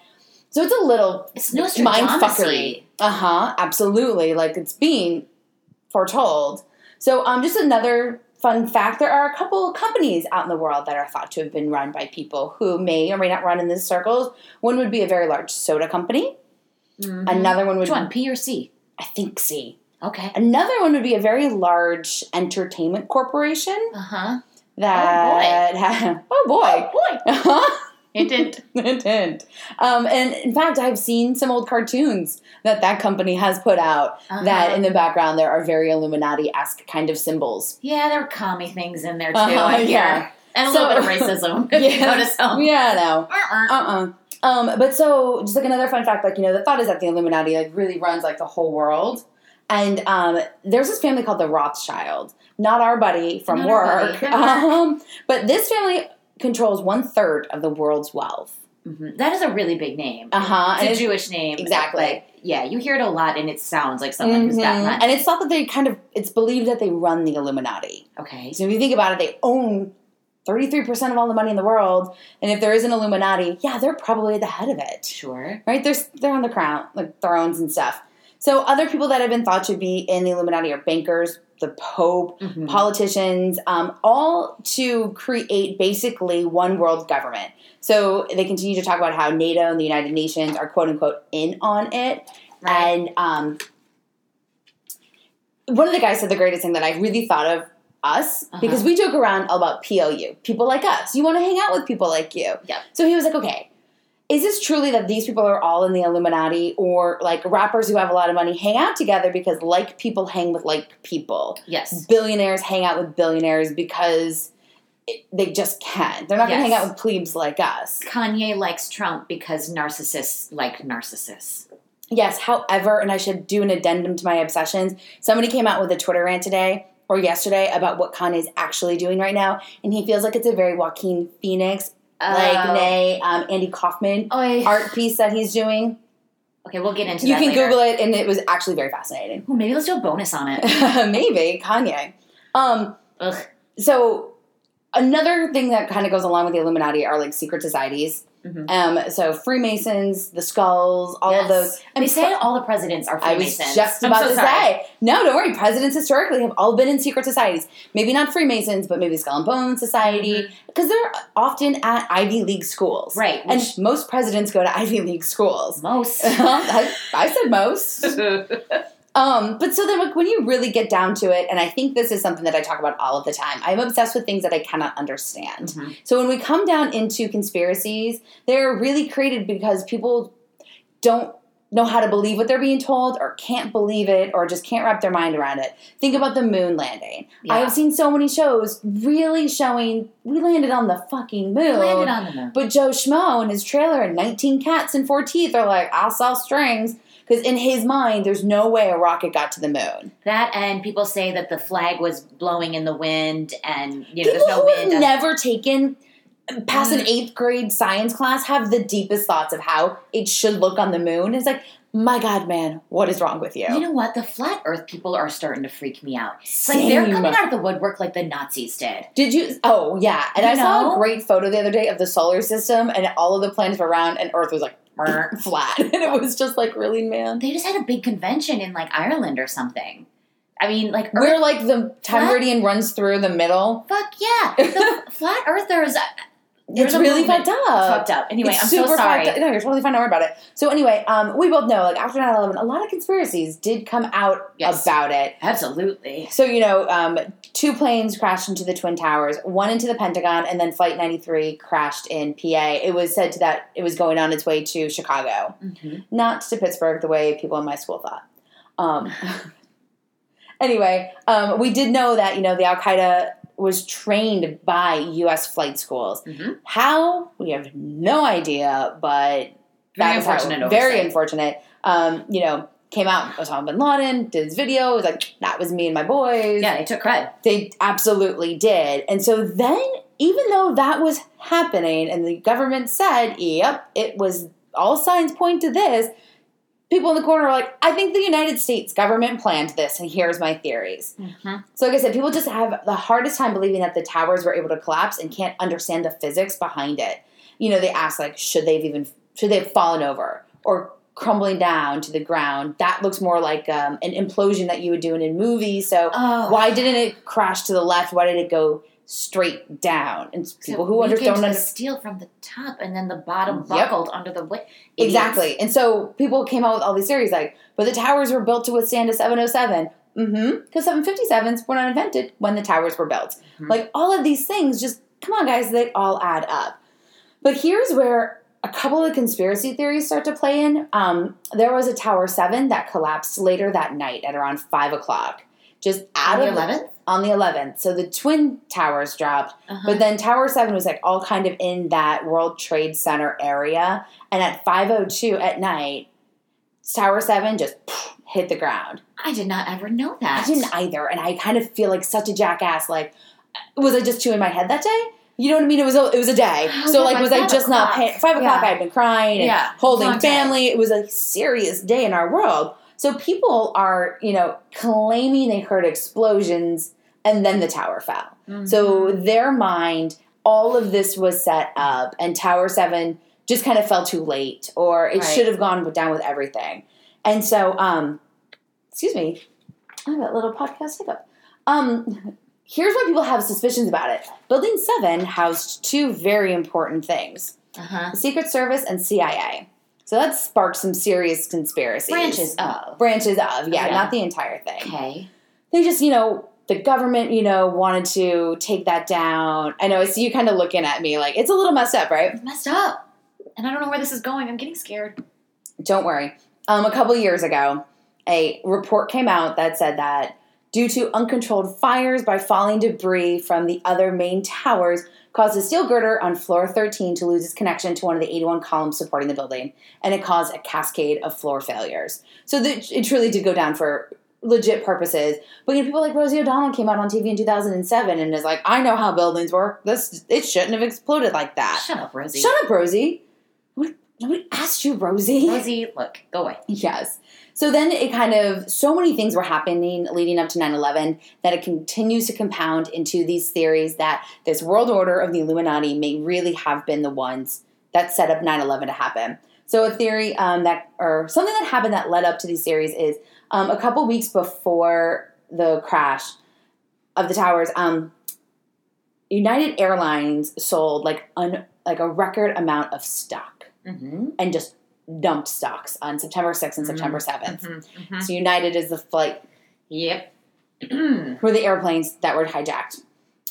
Speaker 1: so it's a little
Speaker 2: It's no
Speaker 1: mind fuckery uh-huh absolutely like it's being foretold so um just another fun fact there are a couple of companies out in the world that are thought to have been run by people who may or may not run in these circles one would be a very large soda company another one would
Speaker 2: Mm-hmm. Which one, P or C?
Speaker 1: i think c
Speaker 2: Okay.
Speaker 1: another one would be a very large entertainment corporation
Speaker 2: Uh huh.
Speaker 1: that oh boy,
Speaker 2: boy.
Speaker 1: Huh?
Speaker 2: It did.
Speaker 1: it did. Um, and in fact, I've seen some old cartoons that that company has put out.
Speaker 2: Uh-huh.
Speaker 1: That in the background there are very Illuminati-esque kind of symbols.
Speaker 2: yeah, there were commie things in there too.
Speaker 1: Uh-huh,
Speaker 2: I hear.
Speaker 1: yeah.
Speaker 2: and a
Speaker 1: So-
Speaker 2: little bit of racism. If you
Speaker 1: Yeah.
Speaker 2: notice them.
Speaker 1: Yeah, no.
Speaker 2: Uh-uh.
Speaker 1: Uh-uh. Um, but so just like another fun fact, like you know, the thought is that the Illuminati like really runs like the whole world. And um, there's this family called the Rothschild, not our buddy from
Speaker 2: Not our
Speaker 1: work.
Speaker 2: buddy.
Speaker 1: um, but this family controls one third of the world's wealth.
Speaker 2: Mhm. That is a really big name.
Speaker 1: Uh huh.
Speaker 2: It's a Jewish name.
Speaker 1: Exactly. Mm-hmm.
Speaker 2: Like, yeah, you hear it a lot, and it sounds like someone who's that much.
Speaker 1: And it's not that they kind of, it's believed that they run the Illuminati.
Speaker 2: Okay.
Speaker 1: So if you think about it, they own 33% of all the money in the world. And if there is an Illuminati, yeah, they're probably at the head of it,
Speaker 2: Sure.
Speaker 1: right? They're, they're on the crown, like thrones and stuff. So other people that have been thought to be in the Illuminati are bankers, the Pope,
Speaker 2: Mhm.
Speaker 1: politicians, um, all to create basically one world government. So they continue to talk about how NATO and the United Nations are quote unquote in on it.
Speaker 2: Right.
Speaker 1: And um, one of the guys said the greatest thing that I really thought of us
Speaker 2: Uh-huh.
Speaker 1: because we joke around about PLU, people like us. You want to hang out with people like you.
Speaker 2: Yep.
Speaker 1: So he was like, okay. Is this truly that these people are all in the Illuminati or like rappers who have a lot of money hang out together because like people hang with like people?
Speaker 2: yes.
Speaker 1: Billionaires hang out with billionaires because it, they just can. They're not going to
Speaker 2: Yes.
Speaker 1: hang out with plebes like us.
Speaker 2: Kanye likes Trump because narcissists like narcissists.
Speaker 1: Yes, however, and I should do an addendum to my obsessions. Somebody came out with a Twitter rant today or yesterday about what Kanye's actually doing right now, and he feels like it's a very Joaquin Phoenix, like
Speaker 2: Oh.
Speaker 1: nay, um, Andy Kaufman
Speaker 2: Oy.
Speaker 1: art piece that he's doing.
Speaker 2: Okay, we'll get into
Speaker 1: You
Speaker 2: that.
Speaker 1: can
Speaker 2: later.
Speaker 1: Google it, and it was actually very fascinating.
Speaker 2: Ooh, maybe let's do a bonus on it.
Speaker 1: Maybe Kanye. Um,
Speaker 2: Ugh.
Speaker 1: so another thing that kind of goes along with the Illuminati are like secret societies.
Speaker 2: Mhm.
Speaker 1: Um, so Freemasons, the Skulls, all
Speaker 2: Yes.
Speaker 1: of those.
Speaker 2: They
Speaker 1: And
Speaker 2: say all the presidents are
Speaker 1: I was
Speaker 2: Freemasons.
Speaker 1: just
Speaker 2: I'm
Speaker 1: about
Speaker 2: so
Speaker 1: to
Speaker 2: sorry.
Speaker 1: say. No, don't worry. Presidents historically have all been in secret societies. Maybe not Freemasons, but maybe Skull and Bone Society, because they're often at Ivy League schools.
Speaker 2: Mm-hmm. Right.
Speaker 1: And
Speaker 2: which
Speaker 1: most presidents go to Ivy League schools.
Speaker 2: most. Mm-hmm.
Speaker 1: I, I said most. Um, but so then like, when you really get down to it, and I think this is something that I talk about all of the time, I'm obsessed with things that I cannot understand.
Speaker 2: Mhm.
Speaker 1: So when we come down into conspiracies, they're really created because people don't know how to believe what they're being told or can't believe it or just can't wrap their mind around it. Think about the moon landing. I
Speaker 2: Yeah.
Speaker 1: have seen so many shows really showing we landed on the fucking moon.
Speaker 2: landed on the moon.
Speaker 1: But Joe Schmo and his trailer and 19 cats and four teeth are like, I'll sell strings. Because in his mind, there's no way a rocket got to the moon.
Speaker 2: That and people say that the flag was blowing in the wind, and you
Speaker 1: People
Speaker 2: know, there's no
Speaker 1: who have
Speaker 2: wind. doesn't-
Speaker 1: never taken past an
Speaker 2: Mm.
Speaker 1: eighth grade science class have the deepest thoughts of how it should look on the moon. It's like, my God, man, what is wrong with you?
Speaker 2: you know what? The flat Earth people are starting to freak me out. It's like they're
Speaker 1: Same.
Speaker 2: coming out of the woodwork like the Nazis did.
Speaker 1: Did you? Oh, yeah. And
Speaker 2: You
Speaker 1: I saw
Speaker 2: know?
Speaker 1: a great photo the other day of the solar system, and all of the planets were round, and Earth was like
Speaker 2: Brr.
Speaker 1: flat. And it was just like, really, man?
Speaker 2: they just had a big convention in like Ireland or something. I mean, like Earth
Speaker 1: Where like the time
Speaker 2: What?
Speaker 1: meridian runs through the middle.
Speaker 2: Fuck yeah! The flat earthers.
Speaker 1: It's really fucked up.
Speaker 2: Fucked up. Anyway,
Speaker 1: Uh, It's
Speaker 2: I'm so
Speaker 1: super
Speaker 2: sorry.
Speaker 1: fucked up. No, you're totally fine. Don't worry about it. So anyway, um, we both know, like after 9-11, a lot of conspiracies did come out
Speaker 2: Yes.
Speaker 1: about it.
Speaker 2: Absolutely.
Speaker 1: So you know, um, two planes crashed into the twin towers, one into the Pentagon, and then Flight 93 crashed in PA. It was said to that it was going on its way to Chicago,
Speaker 2: Mm-hmm.
Speaker 1: not to Pittsburgh, the way people in my school thought. Um, anyway, um, we did know that you know the Al Qaeda was trained by U.S. flight schools.
Speaker 2: Mhm.
Speaker 1: How we have no idea, but
Speaker 2: Very
Speaker 1: that was how-
Speaker 2: unfortunate.
Speaker 1: very
Speaker 2: oversight.
Speaker 1: unfortunate. Um, you know, came out Osama bin Laden did his video. Was like that was me and my boys.
Speaker 2: Yeah, they took cred.
Speaker 1: They absolutely did. And so then, even though that was happening, and the government said, "Yep, it was all signs point to this." People in the corner are like, "I think the United States government planned this, and here's my theories." So, like I said, people just have the hardest time believing that the towers were able to collapse and can't understand the physics behind it. You know, they ask like, should they've even should they've fallen over or crumbling down to the ground? That looks more like um, an implosion that you would do in a movie. So,
Speaker 2: Oh,
Speaker 1: why didn't it crash to the left? Why did it go straight down? And people who under, don't
Speaker 2: the
Speaker 1: understand.
Speaker 2: steel from the top and then the bottom
Speaker 1: Yep.
Speaker 2: buckled under the weight.
Speaker 1: Exactly. And so people came out with all these theories like, but the towers were built to withstand a 707. Mm-hmm. Because 757s were not invented when the towers were built.
Speaker 2: Mhm.
Speaker 1: Like all of these things, just come on, guys, they all add up. But here's where a couple of conspiracy theories start to play in. Um, there was a Tower 7 that collapsed later that night at around 5 o'clock. Just out
Speaker 2: Out
Speaker 1: of
Speaker 2: eleventh.
Speaker 1: on the 11th. So the twin towers dropped.
Speaker 2: Uh-huh.
Speaker 1: But then Tower 7 was like all kind of in that World Trade oh Center area. And at 5.02 at night, Tower 7 just pff, hit the ground.
Speaker 2: I did not ever know that.
Speaker 1: I didn't either, and I kind of feel like such a jackass. Like, was I just chewing my head that day? You know what I mean? It was a, it was a day.
Speaker 2: Oh,
Speaker 1: so
Speaker 2: yeah,
Speaker 1: like,
Speaker 2: by
Speaker 1: was I
Speaker 2: five
Speaker 1: just not
Speaker 2: o'clock.
Speaker 1: paying? Five o'clock,
Speaker 2: Yeah.
Speaker 1: I had been crying and
Speaker 2: Yeah, long
Speaker 1: holding
Speaker 2: day.
Speaker 1: family. It was a serious day in our world. So people are, you know, claiming they heard explosions and then the tower fell.
Speaker 2: Mhm.
Speaker 1: So their mind, all of this was set up, and Tower Seven just kind of fell too late, or it
Speaker 2: Right.
Speaker 1: should have gone down with everything. And so, um, excuse me, I have that little podcast hiccup. Um, here's why people have suspicions about it. Building Seven housed two very important things:
Speaker 2: uh-huh.
Speaker 1: the Secret Service and CIA. So that sparked some serious conspiracies.
Speaker 2: branches of.
Speaker 1: Branches of, yeah,
Speaker 2: Yeah.
Speaker 1: not the entire thing
Speaker 2: Okay.
Speaker 1: they just, you know, the government, you know, wanted to take that down. I know I see you kind of looking at me like it's a little messed up, right?
Speaker 2: It's messed up. And I don't know where this is going. I'm getting scared.
Speaker 1: Don't worry. Um, a couple years ago, a report came out that said that due to uncontrolled fires by falling debris from the other main towers, caused a steel girder on floor 13 to lose its connection to one of the 81 columns supporting the building, and it caused a cascade of floor failures. So the, it truly did go down for legit purposes. But you know, people like Rosie O'Donnell came out on TV in 2007 and is like, "I know how buildings work. This it shouldn't have exploded like that."
Speaker 2: Shut up, Rosie.
Speaker 1: Ah. Shut up, Rosie. Nobody- Nobody asked you, Rosie.
Speaker 2: Rosie, look, go away.
Speaker 1: Yes. So then it kind of, so many things were happening leading up to 9 11 that it continues to compound into these theories that this world order of the Illuminati may really have been the ones that set up 9 11 to happen. So, a theory um, that, or something that happened that led up to these theories is um, a couple weeks before the crash of the towers, um, United Airlines sold like, un, like a record amount of stock
Speaker 2: Mm-hmm.
Speaker 1: and just dumped stocks on September 6th and September 7th.
Speaker 2: Mm-hmm.
Speaker 1: So United is the flight
Speaker 2: Yep. mm
Speaker 1: were the airplanes that were hijacked.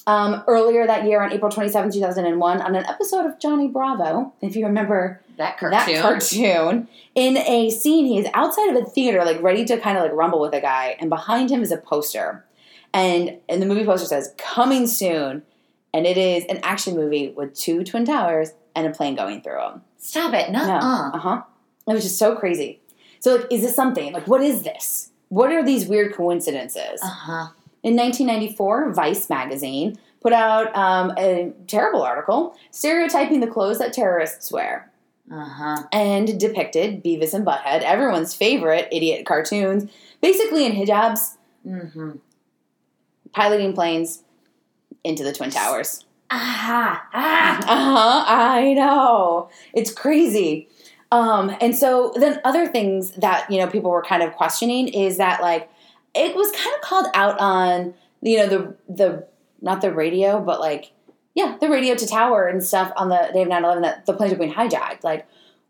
Speaker 1: Um, earlier that year, on April 27, 2001, on an episode of Johnny Bravo, if you remember
Speaker 2: That cartoon.
Speaker 1: that cartoon, in a scene, he is outside of a theater, like ready to kind of like rumble with a guy, and behind him is a poster. And, and the movie poster says, coming soon. And it is an action movie with two twin towers and a plane going through them.
Speaker 2: Stop it. Nuh
Speaker 1: No.
Speaker 2: uh.
Speaker 1: Uh huh. It was just so crazy. So, like, is this something? Like, what is this? What are these weird coincidences?
Speaker 2: Uh huh.
Speaker 1: In 1994, Vice magazine put out um, a terrible article stereotyping the clothes that terrorists wear
Speaker 2: Uh huh.
Speaker 1: and depicted Beavis and Butthead, everyone's favorite idiot cartoons, basically in hijabs,
Speaker 2: Mm-hmm.
Speaker 1: piloting planes into the Twin Towers.
Speaker 2: Aha. Ah.
Speaker 1: Uh-huh, I know. It's crazy. Um, and so then other things that, you know, people were kind of questioning is that like it was kind of called out on, you know, the the not the radio, but like yeah, the radio to tower and stuff on the day of 9/11 that the planes were being hijacked. Like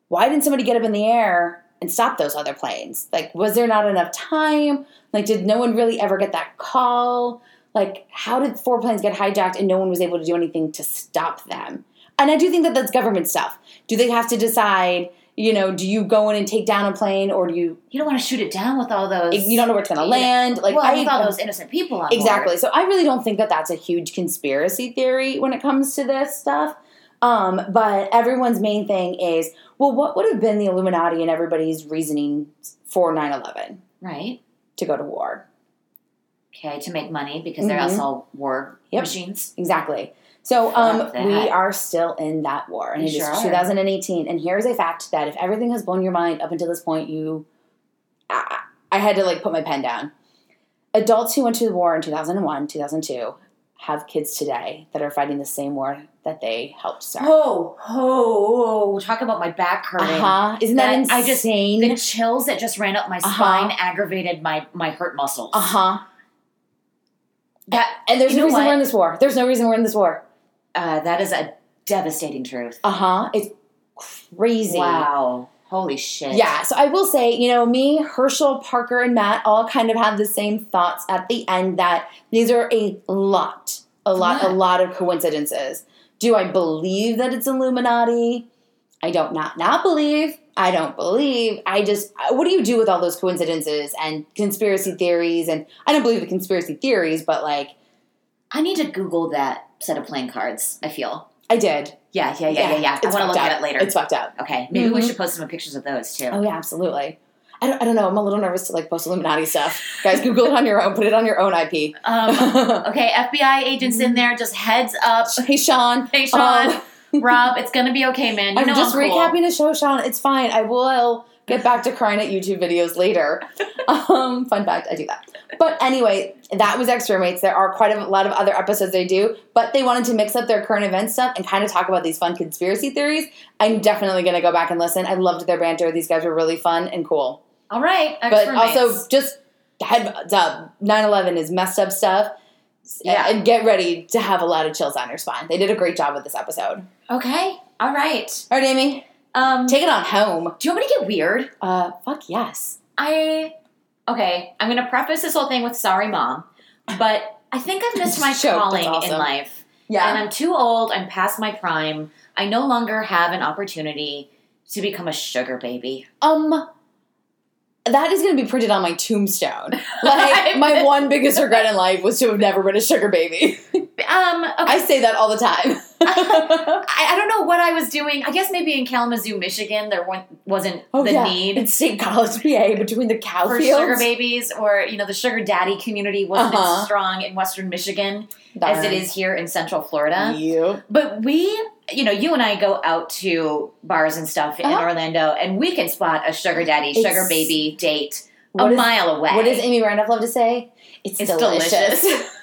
Speaker 1: why didn't somebody get up in the air and stop those other planes? Like was there not enough time? Like did no one really ever get that call? Like how did four planes get hijacked and no one was able to do anything to stop them? And I do think that that's government stuff. Do they have to decide, you know, do you go in and take down a plane or do you,
Speaker 2: You don't want to shoot it down with all those.
Speaker 1: you don't know where it's going to land? Like,
Speaker 2: well,
Speaker 1: I,
Speaker 2: with all those innocent people on board.
Speaker 1: exactly. So I really don't think that that's a huge conspiracy theory when it comes to this stuff. Um, but everyone's main thing is, well, what would have been the Illuminati and everybody's reasoning for 9 11
Speaker 2: Right.
Speaker 1: to go to war?
Speaker 2: Okay. To make money because they're
Speaker 1: Mhm.
Speaker 2: also war
Speaker 1: Yep.
Speaker 2: machines.
Speaker 1: Exactly. So
Speaker 2: Fuck that.
Speaker 1: um, we are still in that war, and
Speaker 2: We
Speaker 1: it is
Speaker 2: sure are.
Speaker 1: 2018. And here's a fact that if everything has blown your mind up until this point, you, I, I had to like put my pen down. Adults who went to the war in 2001, 2002, have kids today that are fighting the same war that they helped start.
Speaker 2: Oh, oh, oh. Talk about my back
Speaker 1: Uh
Speaker 2: hurting.
Speaker 1: huh. Isn't that,
Speaker 2: That- I just-
Speaker 1: insane?
Speaker 2: The chills that just ran up my
Speaker 1: Uh-huh.
Speaker 2: spine aggravated my my hurt muscles.
Speaker 1: uh huh.
Speaker 2: That
Speaker 1: And there's
Speaker 2: You
Speaker 1: no
Speaker 2: know
Speaker 1: reason
Speaker 2: what?
Speaker 1: we're in this war. There's no reason we're in this war.
Speaker 2: uh, that is a devastating truth.
Speaker 1: Uh huh. It's crazy.
Speaker 2: Wow. Holy shit.
Speaker 1: Yeah, so I will say, you know, me, Herschel, Parker, and Matt all kind of had the same thoughts at the end that these are a lot, a lot, a
Speaker 2: Yeah.
Speaker 1: lot of coincidences. Do I believe that it's Illuminati? I don't not not believe. I don't believe. I just I- what do you do with all those coincidences and conspiracy theories? And I don't believe the conspiracy theories, but like
Speaker 2: I need to Google that set of playing cards. I feel.
Speaker 1: I did.
Speaker 2: Yeah, yeah, yeah, yeah, yeah. I
Speaker 1: It's
Speaker 2: want to
Speaker 1: fucked
Speaker 2: look
Speaker 1: up.
Speaker 2: at it later.
Speaker 1: It's fucked up.
Speaker 2: okay, maybe we
Speaker 1: Mhm.
Speaker 2: should post some pictures of those too.
Speaker 1: Oh yeah, absolutely. I don't, I don't know. I'm a little nervous to like post Illuminati stuff. Guys, Google it on your own. Put it on your own IP.
Speaker 2: Um, okay, FBI agents
Speaker 1: Mm-hmm.
Speaker 2: in there, just heads up.
Speaker 1: hey, Sean.
Speaker 2: Hey, Sean,
Speaker 1: Um,
Speaker 2: Rob, it's gonna be okay, man. You
Speaker 1: I'm
Speaker 2: know
Speaker 1: just
Speaker 2: I'm cool.
Speaker 1: recapping the show, Sean. It's fine. I will get back to crying at YouTube videos later. um, fun fact, I do that. But anyway, that was Ex Roommates. There are quite a lot of other episodes they do, but they wanted to mix up their current event stuff and kind of talk about these fun conspiracy theories. I'm definitely going to go back and listen. I loved their banter. These guys were really fun and cool.
Speaker 2: All right,
Speaker 1: But
Speaker 2: ex-roommates.
Speaker 1: also, just heads up 9 11 is messed up stuff.
Speaker 2: Yeah.
Speaker 1: And get ready to have a lot of chills on your spine. They did a great job with this episode.
Speaker 2: okay. All right.
Speaker 1: All right, Amy,
Speaker 2: Um,
Speaker 1: take it on home.
Speaker 2: do you want me to get weird?
Speaker 1: Uh, fuck yes.
Speaker 2: I okay. I'm gonna preface this whole thing with sorry, mom, but I think I've missed my
Speaker 1: Joke, that's
Speaker 2: calling in
Speaker 1: awesome.
Speaker 2: life. And
Speaker 1: Yeah.
Speaker 2: I'm too old. I'm past my prime. I no longer have an opportunity to become a sugar baby.
Speaker 1: um, that is going to be printed on my tombstone. Like, my one biggest regret in life was to have never been a sugar baby.
Speaker 2: Um, okay.
Speaker 1: I say that all the time.
Speaker 2: I, I don't know what I was doing. I guess maybe in Kalamazoo, Michigan, there wa- wasn't
Speaker 1: oh,
Speaker 2: the
Speaker 1: yeah.
Speaker 2: need
Speaker 1: In State College, PA, between the cow
Speaker 2: for
Speaker 1: fields.
Speaker 2: sugar babies, or you know, the sugar daddy community wasn't
Speaker 1: Uh-huh.
Speaker 2: as strong in Western Michigan
Speaker 1: Darn.
Speaker 2: as it is uh, here in Central Florida.
Speaker 1: Yep.
Speaker 2: But we, you know, you and I go out to bars and stuff in
Speaker 1: Uh-huh.
Speaker 2: Orlando, and we can spot a sugar daddy,
Speaker 1: It's-
Speaker 2: sugar baby date a
Speaker 1: What is-
Speaker 2: mile away.
Speaker 1: What does Amy Randolph love to say? It's,
Speaker 2: It's delicious.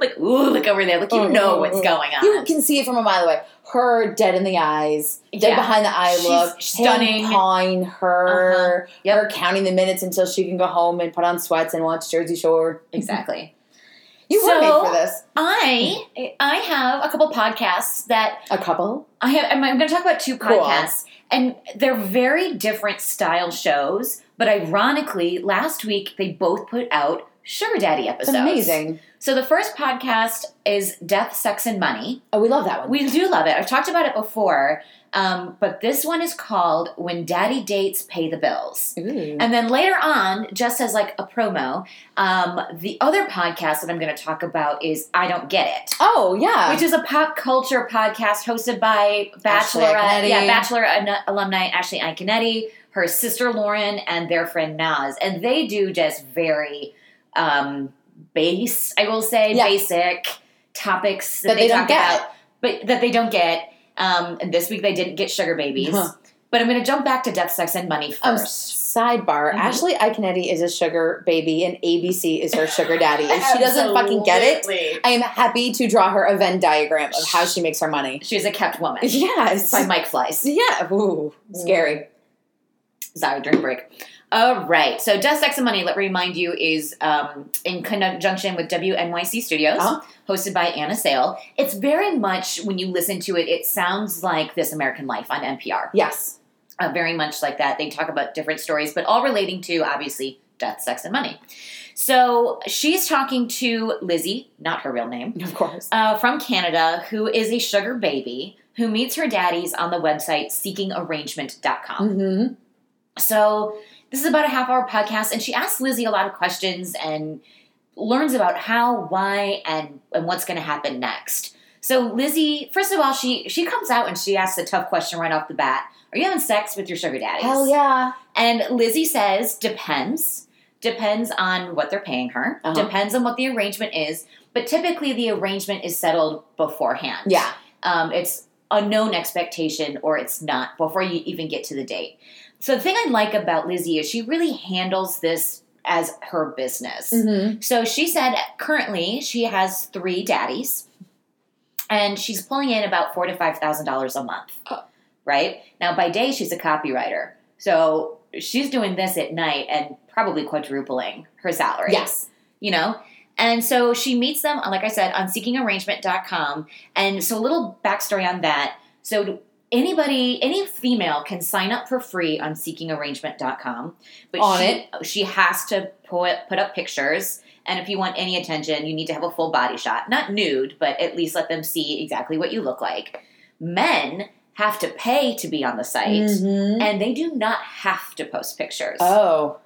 Speaker 2: like, ooh, look over there. Like, you
Speaker 1: Mm,
Speaker 2: know
Speaker 1: mm,
Speaker 2: what's
Speaker 1: mm.
Speaker 2: going on.
Speaker 1: You can see it from a mile away. Her dead in the eyes, dead
Speaker 2: Yeah.
Speaker 1: behind the eye
Speaker 2: She's
Speaker 1: look,
Speaker 2: stunning. Uh-huh.
Speaker 1: Him pawing her,
Speaker 2: Yep.
Speaker 1: her counting the minutes until she can go home and put on sweats and watch Jersey Shore.
Speaker 2: exactly.
Speaker 1: You
Speaker 2: So-
Speaker 1: were made for this.
Speaker 2: I I have a couple podcasts that
Speaker 1: A couple.
Speaker 2: I have. I'm, I'm going to talk about two
Speaker 1: Cool.
Speaker 2: podcasts, and they're very different style shows. But ironically, last week they both put out sugar daddy
Speaker 1: It's
Speaker 2: episodes.
Speaker 1: amazing.
Speaker 2: So the first podcast is Death, Sex, and Money.
Speaker 1: Oh, we love that one.
Speaker 2: We do love it. I've talked about it before, um, but this one is called "When Daddy Dates Pay the Bills."
Speaker 1: Ooh.
Speaker 2: And then later on, just as like a promo, um, the other podcast that I'm going to talk about is I Don't Get It,
Speaker 1: oh yeah.
Speaker 2: which is a pop culture podcast hosted by
Speaker 1: Ashley
Speaker 2: Bachelorette,
Speaker 1: Iaconetti.
Speaker 2: yeah, Bachelor an- alumni Ashley Iaconetti, her sister Lauren, and their friend Nas, and they do just very um, base, I will say,
Speaker 1: Yeah.
Speaker 2: basic topics that,
Speaker 1: That they don't
Speaker 2: talk
Speaker 1: get.
Speaker 2: about, but that they don't get. Um, and this week they didn't get sugar babies.
Speaker 1: Huh.
Speaker 2: But I'm going to jump back to death, sex, and money first.
Speaker 1: Um, sidebar:
Speaker 2: Mhm.
Speaker 1: Ashley Iconetti is a sugar baby, and ABC is her sugar daddy. If she doesn't fucking get it,
Speaker 2: Absolutely.
Speaker 1: I am happy to draw her a Venn diagram of how she makes her money.
Speaker 2: She's a kept woman
Speaker 1: Yes. Mm.
Speaker 2: by Mike Fleiss.
Speaker 1: Yeah. Ooh, scary.
Speaker 2: Sorry, drink break. All right. So, Death, Sex, and Money, let me remind you, is um, in conjunction with WNYC Studios,
Speaker 1: Uh-huh.
Speaker 2: hosted by Anna Sale. It's very much, when you listen to it, it sounds like This American Life on NPR.
Speaker 1: Yes.
Speaker 2: Uh, very much like that. They talk about different stories, but all relating to, obviously, death, sex, and money. So, she's talking to Lizzie, not her real name.
Speaker 1: Of course.
Speaker 2: uh, from Canada who is a sugar baby who meets her daddies on the website seekingarrangement.com.
Speaker 1: Mm-hmm.
Speaker 2: So, this is about a half hour podcast, and she asks Lizzie a lot of questions and learns about how, why, and, and what's going to happen next. So, Lizzie, first of all, she, she comes out and she asks a tough question right off the bat Are you having sex with your sugar daddies?
Speaker 1: Hell yeah.
Speaker 2: And Lizzie says, depends. Depends on what they're paying her,
Speaker 1: Uh-huh.
Speaker 2: depends on what the arrangement is, but typically the arrangement is settled beforehand.
Speaker 1: Yeah.
Speaker 2: Um, it's a known expectation or it's not before you even get to the date. So the thing I like about Lizzie is she really handles this as her business.
Speaker 1: Mm-hmm.
Speaker 2: So she said currently she has three daddies, and she's pulling in about four to five thousand dollars a month.
Speaker 1: Oh.
Speaker 2: Right now, by day she's a copywriter, so she's doing this at night and probably quadrupling her salary.
Speaker 1: Yes.
Speaker 2: you know. And so she meets them, like I said, on seekingarrangement.com. And so, a little backstory on that. So, anybody, any female can sign up for free on seekingarrangement.com. But
Speaker 1: On
Speaker 2: she,
Speaker 1: it.
Speaker 2: she has to put, put up pictures. And if you want any attention, you need to have a full body shot. Not nude, but at least let them see exactly what you look like. Men have to pay to be on the site,
Speaker 1: Mhm.
Speaker 2: and they do not have to post pictures.
Speaker 1: Oh.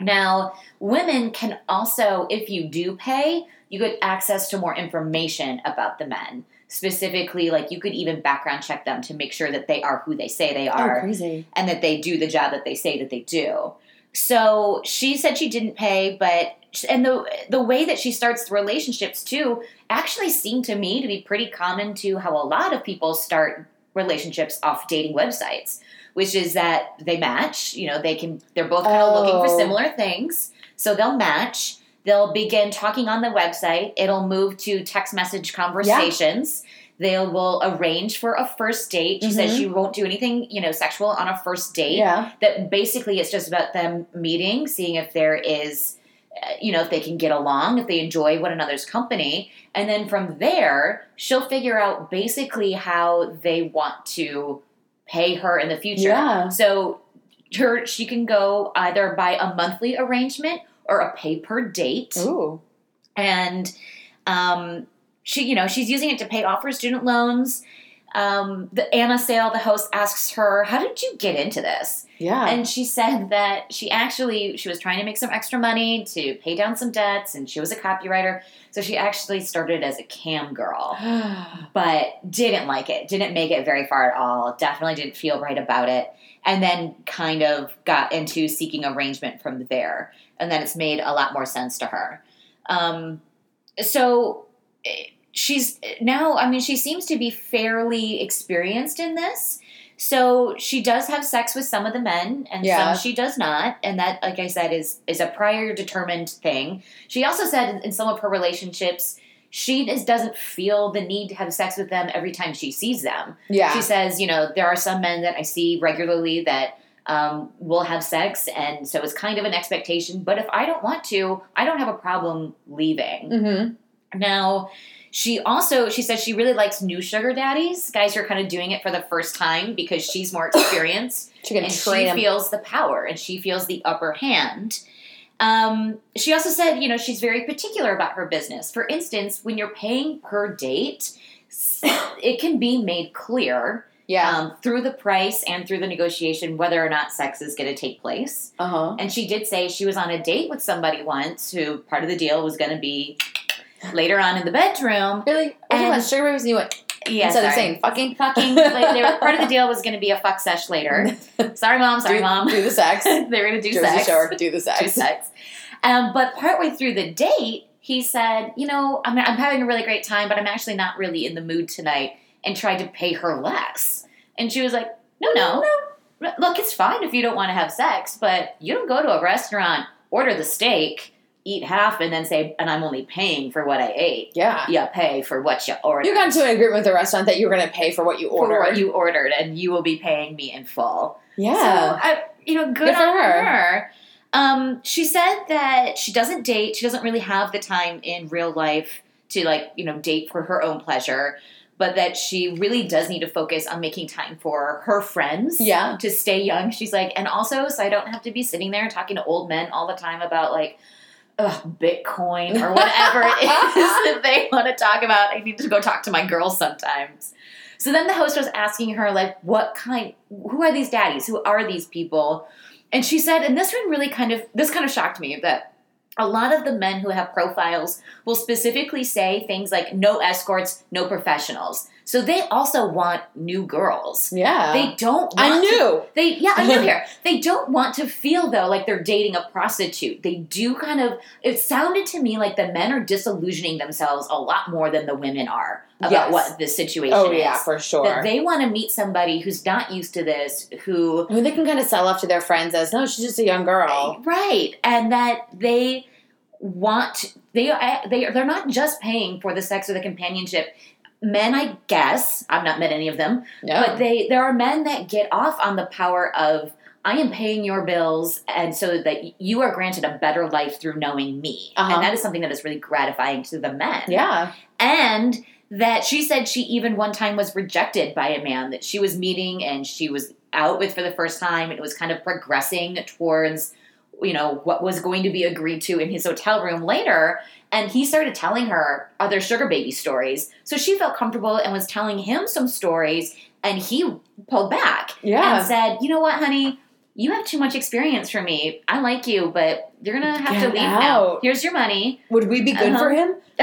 Speaker 2: Now, women can also, if you do pay, you get access to more information about the men. Specifically, like you could even background check them to make sure that they are who they say they
Speaker 1: Oh,
Speaker 2: are
Speaker 1: crazy.
Speaker 2: and that they do the job that they say that they do. So she said she didn't pay, but and the the way that she starts the relationships too actually seemed to me to be pretty common to how a lot of people start relationships off dating websites, which is that they match. You know, they can they're both kind of looking
Speaker 1: Oh.
Speaker 2: for similar things, so they'll match. They'll begin talking on the website. It'll move to text message conversations. They will arrange for a first date. She says
Speaker 1: Mhm.
Speaker 2: she won't do anything, you know, sexual on a first date
Speaker 1: Yeah.
Speaker 2: that basically it's just about them meeting, seeing if there is, uh, you know, if they can get along, if they enjoy one another's company. And then from there, she'll figure out basically how they want to pay her in the future.
Speaker 1: Yeah.
Speaker 2: So her, she can go either by a monthly arrangement or a pay per date
Speaker 1: Ooh.
Speaker 2: and um, she, you know, she's using it to pay off her student loans. Um, the Anna Sale, the host, asks her, "How did you get into this?"
Speaker 1: Yeah.
Speaker 2: And she said that she actually she was trying to make some extra money to pay down some debts, and she was a copywriter, so she actually started as a cam girl but didn't like it, didn't make it very far at all, definitely didn't feel right about it, and then kind of got into seeking arrangement from there. And then it's made a lot more sense to her. Um, so eh, she's now, I mean, she seems to be fairly experienced in this. So she does have sex with some of the men, and
Speaker 1: Yeah.
Speaker 2: some she does not, and that, like I said, is is a prior determined thing. She also said in- in some of her relationships, she just doesn't feel the need to have sex with them every time she sees them.
Speaker 1: yeah.
Speaker 2: She says, you know, there are some men that I see regularly that um, will have sex, and so it's kind of an expectation. But if I don't want to, I don't have a problem leaving.
Speaker 1: mm-hmm.
Speaker 2: Now, she also she says she really likes new sugar daddies, guys who are kind of doing it for the first time because she's more experienced
Speaker 1: She can
Speaker 2: and
Speaker 1: train
Speaker 2: she
Speaker 1: him.
Speaker 2: feels the power and she feels the upper hand. Um, she also said, you know, she's very particular about her business. For instance, when you're paying per date, s- it can be made clear
Speaker 1: yeah.
Speaker 2: um, through the price and through the negotiation whether or not sex is going to take place.
Speaker 1: uh huh.
Speaker 2: And she did say she was on a date with somebody once who part of the deal was going to be later on in the bedroom.
Speaker 1: Really? What do you
Speaker 2: and-
Speaker 1: want? Sugar babies? And you went,
Speaker 2: Yeah,
Speaker 1: instead of
Speaker 2: sorry.
Speaker 1: saying fucking,
Speaker 2: fucking, like, they were, part of the deal was going to be a fuck sesh later. Sorry, mom. Sorry,
Speaker 1: do,
Speaker 2: mom.
Speaker 1: do the sex.
Speaker 2: they were going to do
Speaker 1: Jersey
Speaker 2: sex.
Speaker 1: Shore, do the sex.
Speaker 2: Do sex. Um, but partway through the date, he said, "You know, I'm, I'm having a really great time, but I'm actually not really in the mood tonight," and tried to pay her less. And she was like, "No, no, no. Look, it's fine if you don't want to have sex, but you don't go to a restaurant, order the steak, eat half, and then say, and I'm only paying for what I ate.
Speaker 1: Yeah.
Speaker 2: Yeah, pay for what you ordered."
Speaker 1: You got to an agreement with the restaurant that you were going to pay for what you
Speaker 2: for
Speaker 1: ordered.
Speaker 2: what you ordered, and you will be paying me in full.
Speaker 1: yeah.
Speaker 2: So, I, you know, good,
Speaker 1: Good for
Speaker 2: on her.
Speaker 1: her.
Speaker 2: Um, she said that she doesn't date. She doesn't really have the time in real life to like, you know, date for her own pleasure, but that she really does need to focus on making time for her friends.
Speaker 1: yeah.
Speaker 2: To stay young, she's like, and also, so I don't have to be sitting there talking to old men all the time about like, ugh, Bitcoin or whatever it is that they want to talk about. I need to go talk to my girls sometimes. So then the host was asking her, like, what kind, who are these daddies? Who are these people? And she said, and this one really kind of, this kind of shocked me that a lot of the men who have profiles will specifically say things like no escorts, no professionals. So they also want new girls.
Speaker 1: Yeah.
Speaker 2: They don't want
Speaker 1: I
Speaker 2: to-
Speaker 1: knew.
Speaker 2: they yeah, I live here. They don't want to feel though like they're dating a prostitute. They do kind of it sounded to me like the men are disillusioning themselves a lot more than the women are about
Speaker 1: Yes.
Speaker 2: what the situation
Speaker 1: Oh,
Speaker 2: is.
Speaker 1: yeah, for sure.
Speaker 2: That they want to meet somebody who's not used to this, who
Speaker 1: I mean, they can kind of sell off to their friends as, no, she's just a young girl.
Speaker 2: right, and that they want they are they are they're not just paying for the sex or the companionship. Men, I guess I've not met any of them,
Speaker 1: No.
Speaker 2: But they there are men that get off on the power of I am paying your bills and so that you are granted a better life through knowing me.
Speaker 1: Uh-huh.
Speaker 2: And that is something that is really gratifying to the men.
Speaker 1: yeah.
Speaker 2: And that she said she even one time was rejected by a man that she was meeting and she was out with for the first time and it was kind of progressing towards you know what was going to be agreed to in his hotel room later and he started telling her other sugar baby stories so she felt comfortable and was telling him some stories and he pulled back and
Speaker 1: Yeah.
Speaker 2: said you know what honey you have too much experience for me i like you but you're gonna have to
Speaker 1: Get
Speaker 2: leave now
Speaker 1: out.
Speaker 2: here's your money
Speaker 1: Would we be good
Speaker 2: Uh-huh.
Speaker 1: for him?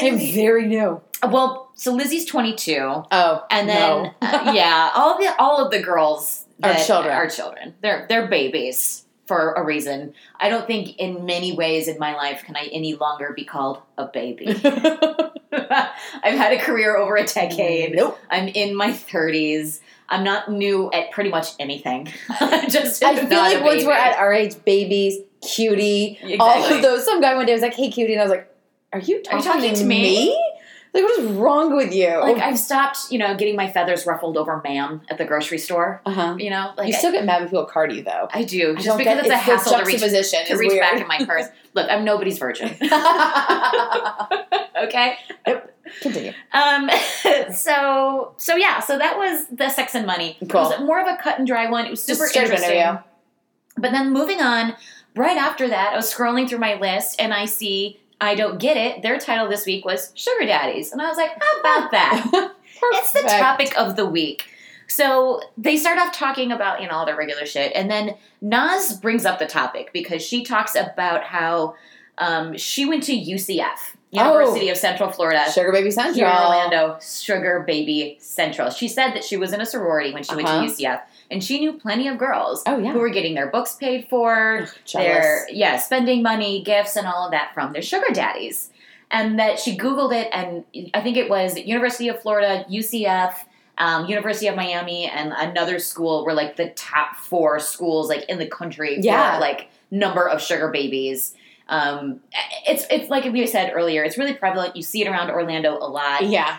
Speaker 1: I'm very new.
Speaker 2: Well, so Lizzie's 22,
Speaker 1: Oh.
Speaker 2: and then
Speaker 1: no.
Speaker 2: uh, yeah, all the all of the girls
Speaker 1: Our
Speaker 2: that-
Speaker 1: children.
Speaker 2: Our children. They're they're babies for a reason. I don't think in many ways in my life can I any longer be called a baby. I've had a career over a decade.
Speaker 1: Nope.
Speaker 2: I'm in my 30s. I'm not new at pretty much anything. I'm just
Speaker 1: I feel
Speaker 2: not
Speaker 1: like
Speaker 2: a
Speaker 1: once
Speaker 2: baby.
Speaker 1: we're at our age, babies, cutie, all
Speaker 2: Exactly.
Speaker 1: of those. Some guy one day was like, "Hey, cutie," and I was like, "Are you
Speaker 2: Are
Speaker 1: talking,
Speaker 2: you talking to me?"
Speaker 1: Like, what is wrong with you?
Speaker 2: like I've stopped, you know, getting my feathers ruffled over ma'am at the grocery store.
Speaker 1: uh huh.
Speaker 2: You know, like
Speaker 1: you
Speaker 2: I-
Speaker 1: still get mad when people card you though.
Speaker 2: I, do
Speaker 1: I
Speaker 2: just
Speaker 1: don't
Speaker 2: because
Speaker 1: get
Speaker 2: it's a
Speaker 1: the
Speaker 2: hassle to reach
Speaker 1: juxtaposition
Speaker 2: to
Speaker 1: is
Speaker 2: reach
Speaker 1: weird.
Speaker 2: back in my purse. Look, I'm nobody's virgin. okay.
Speaker 1: Continue.
Speaker 2: Um. So so yeah. So that was the sex and money.
Speaker 1: Cool.
Speaker 2: It was more of a cut and dry one. It was
Speaker 1: Just
Speaker 2: super
Speaker 1: straight up
Speaker 2: interesting.
Speaker 1: interview.
Speaker 2: But then moving on, right after that, I was scrolling through my list and I see I don't get it. Their title this week was Sugar Daddies, and I was like, how about that? It's the
Speaker 1: Perfect.
Speaker 2: topic of the week. So they start off talking about you know all their regular shit, and then Nas brings up the topic because she talks about how um, she went to UCF,
Speaker 1: Oh.
Speaker 2: University of Central Florida,
Speaker 1: Sugar Baby Central.
Speaker 2: here in Orlando, Sugar Baby Central. She said that she was in a sorority when she
Speaker 1: Uh-huh.
Speaker 2: went to UCF, and she knew plenty of girls
Speaker 1: Oh yeah.
Speaker 2: who were getting their books paid for,
Speaker 1: Ugh,
Speaker 2: their
Speaker 1: jealous.
Speaker 2: yeah spending money gifts and all of that from their sugar daddies and that she googled it and i think it was university of florida ucf um, university of miami and another school were like the top four schools like in the country
Speaker 1: Yeah.
Speaker 2: for like number of sugar babies um, it's it's like we said earlier it's really prevalent you see it around orlando a lot
Speaker 1: Yeah.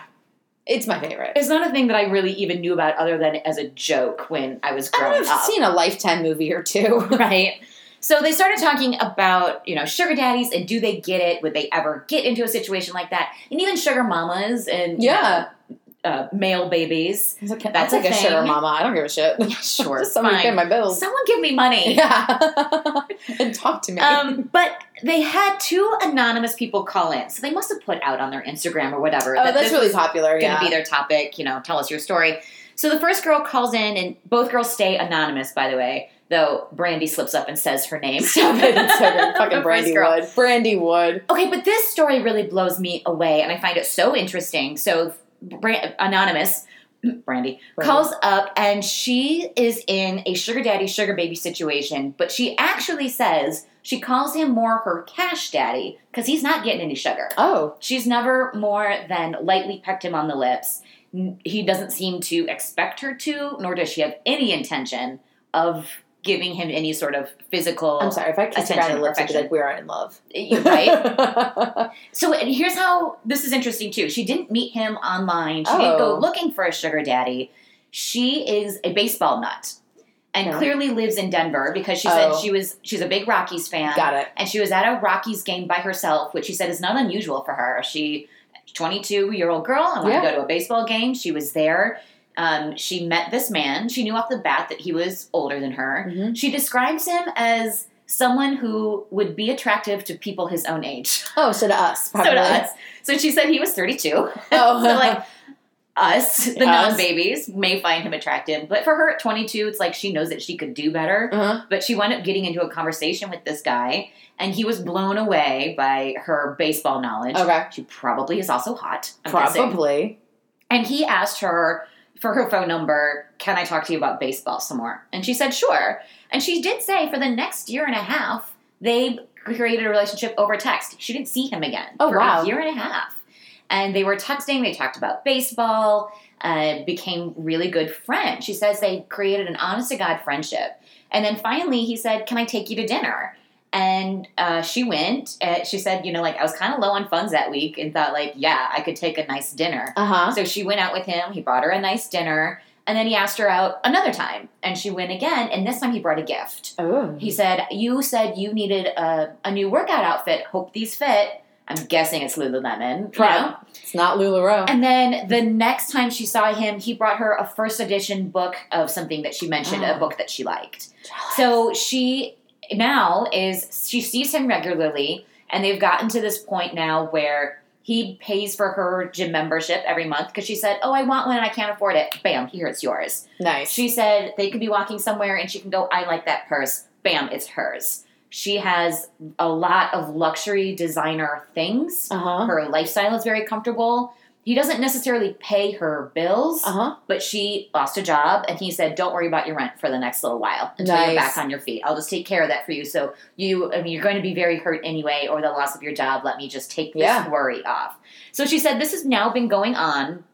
Speaker 1: It's my favorite.
Speaker 2: it's not a thing that i really even knew about other than as a joke when i was growing
Speaker 1: I've
Speaker 2: up
Speaker 1: seen a Lifetime movie or two.
Speaker 2: right? So they started talking about, you know, sugar daddies and do they get it? Would they ever get into a situation like that? And even sugar mamas and you
Speaker 1: Yeah.
Speaker 2: know, uh, male babies.
Speaker 1: I was like,
Speaker 2: That's
Speaker 1: That's like
Speaker 2: a
Speaker 1: a, sugar
Speaker 2: thing.
Speaker 1: mama. I don't give a shit.
Speaker 2: Sure,
Speaker 1: Just somebody pay
Speaker 2: fine.
Speaker 1: my bills.
Speaker 2: Someone give me money.
Speaker 1: yeah. and talk to me.
Speaker 2: Um, but they had two anonymous people call in, so they must have put out on their Instagram or whatever.
Speaker 1: oh,
Speaker 2: that
Speaker 1: that's
Speaker 2: this
Speaker 1: really
Speaker 2: was
Speaker 1: popular.
Speaker 2: going to
Speaker 1: Yeah.
Speaker 2: be their topic. You know, tell us your story. So the first girl calls in, and both girls stay anonymous, by the way. Though Brandy slips up and says her name.
Speaker 1: Stop it. It's sugar.
Speaker 2: The
Speaker 1: Fucking
Speaker 2: first
Speaker 1: Brandy
Speaker 2: girl.
Speaker 1: Wood. Brandy Wood.
Speaker 2: Okay, but this story really blows me away, and I find it so interesting. So, Bra- Anonymous, Brandy,
Speaker 1: Brandy.
Speaker 2: calls up, and she is in a sugar daddy, sugar baby situation, but she actually says she calls him more her cash daddy because he's not getting any sugar.
Speaker 1: Oh.
Speaker 2: She's never more than lightly pecked him on the lips. N- He doesn't seem to expect her to, nor does she have any intention of giving him any sort of physical.
Speaker 1: I'm sorry. If I kissed a guy on
Speaker 2: attention,
Speaker 1: the lips, I'd be
Speaker 2: perfection.
Speaker 1: like, we are in love.
Speaker 2: Right?
Speaker 1: Right?
Speaker 2: So and here's how this is interesting too. She didn't meet him online. She didn't
Speaker 1: Oh.
Speaker 2: go looking for a sugar daddy. She is a baseball nut, and
Speaker 1: Okay.
Speaker 2: clearly lives in Denver because she said
Speaker 1: Oh.
Speaker 2: she was she's a big Rockies fan.
Speaker 1: Got it.
Speaker 2: And she was at a Rockies game by herself, which she said is not unusual for her. She, 22 year old girl, and wanted to
Speaker 1: Yeah.
Speaker 2: go to a baseball game. She was there. Um, she met this man. She knew off the bat that he was older than her.
Speaker 1: Mhm.
Speaker 2: She describes him as someone who would be attractive to people his own age.
Speaker 1: Oh, so to us. Probably.
Speaker 2: So to us. So she said he was 32.
Speaker 1: Oh.
Speaker 2: so like us, the
Speaker 1: Us.
Speaker 2: non-babies, may find him attractive. But for her at 22, it's like she knows that she could do better.
Speaker 1: Uh-huh.
Speaker 2: But she wound up getting into a conversation with this guy, and he was blown away by her baseball knowledge.
Speaker 1: Okay.
Speaker 2: She probably is also hot. I'm guessing.
Speaker 1: Probably.
Speaker 2: And he asked her for her phone number, can I talk to you about baseball some more? And she said, sure. And she did say for the next year and a half, they created a relationship over text. She didn't see him again
Speaker 1: Oh,
Speaker 2: for
Speaker 1: wow.
Speaker 2: a year and a half. And they were texting, they talked about baseball, uh, became really good friends. She says they created an honest to God friendship. And then finally, he said, Can I take you to dinner? And uh, she went. Uh, she said, You know, like I was kind of low on funds that week and thought, like, yeah, I could take a nice dinner.
Speaker 1: Uh huh.
Speaker 2: So she went out with him. He bought her a nice dinner. And then he asked her out another time. And she went again. And this time he brought a gift.
Speaker 1: Oh.
Speaker 2: He said, You said you needed a, a new workout outfit. Hope these fit. I'm guessing it's Lululemon. you
Speaker 1: Right.
Speaker 2: know?
Speaker 1: It's not LuLaRoe.
Speaker 2: And then the next time she saw him, he brought her a first edition book of something that she mentioned, a
Speaker 1: Oh.
Speaker 2: book that she liked. So she now is, she sees him regularly, and they've gotten to this point now where he pays for her gym membership every month because she said, Oh, I want one and I can't afford it. Bam, here it's yours.
Speaker 1: Nice.
Speaker 2: She said they could be walking somewhere and she can go, I like that purse. Bam, it's hers. She has a lot of luxury designer things
Speaker 1: uh huh.
Speaker 2: her lifestyle is very comfortable. He doesn't necessarily pay her bills,
Speaker 1: Uh huh.
Speaker 2: but she lost a job, and he said, "Don't worry about your rent for the next little while until you're
Speaker 1: Nice.
Speaker 2: back on your feet. I'll just take care of that for you. So you, I mean, you're going to be very hurt anyway, or the loss of your job. Let me just take this
Speaker 1: Yeah.
Speaker 2: worry off." So she said, "This has now been going on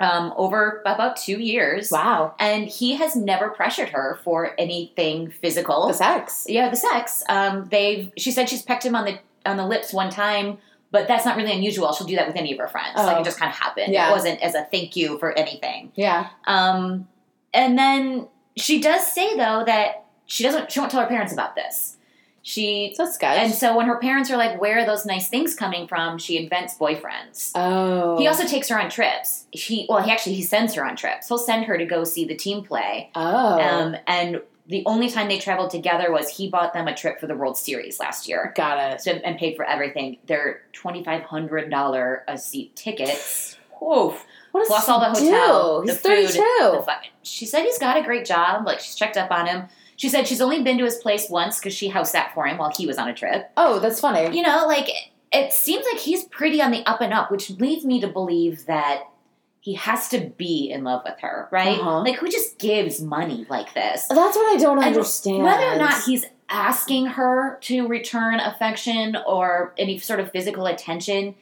Speaker 2: um, over about two years."
Speaker 1: Wow.
Speaker 2: And he has never pressured her for anything physical.
Speaker 1: The sex.
Speaker 2: Yeah, the sex. Um, they've. She said she's pecked him on the on the lips one time, but that's not really unusual. She'll do that with any of her friends. Like
Speaker 1: Oh.
Speaker 2: it just kind of happened.
Speaker 1: Yeah.
Speaker 2: It wasn't as a thank you for anything.
Speaker 1: Yeah.
Speaker 2: Um, and then she does say though that she doesn't. She won't tell her parents about this. She.
Speaker 1: So it's sketch.
Speaker 2: And so when her parents are like, "Where are those nice things coming from?" She invents boyfriends.
Speaker 1: oh.
Speaker 2: He also takes her on trips. He well, he actually he sends her on trips. He'll send her to go see the team play,
Speaker 1: Oh.
Speaker 2: um, and the only time they traveled together was he bought them a trip for the World Series last year
Speaker 1: Got it.
Speaker 2: so, and paid for everything. Their $2,500 a seat tickets. Oof.
Speaker 1: What does
Speaker 2: Plus
Speaker 1: he
Speaker 2: all the hotel.
Speaker 1: do? He's
Speaker 2: the food,
Speaker 1: 32.
Speaker 2: the fu- she said he's got a great job. Like, she's checked up on him. She said she's only been to his place once because she house sat for him while he was on a trip.
Speaker 1: oh, that's funny.
Speaker 2: You know, like, it seems like he's pretty on the up and up, which leads me to believe that he has to be in love with her, right?
Speaker 1: Uh-huh.
Speaker 2: Like, who just gives money like this?
Speaker 1: That's what I don't
Speaker 2: And
Speaker 1: understand.
Speaker 2: Whether or not he's asking her to return affection or any sort of physical attention,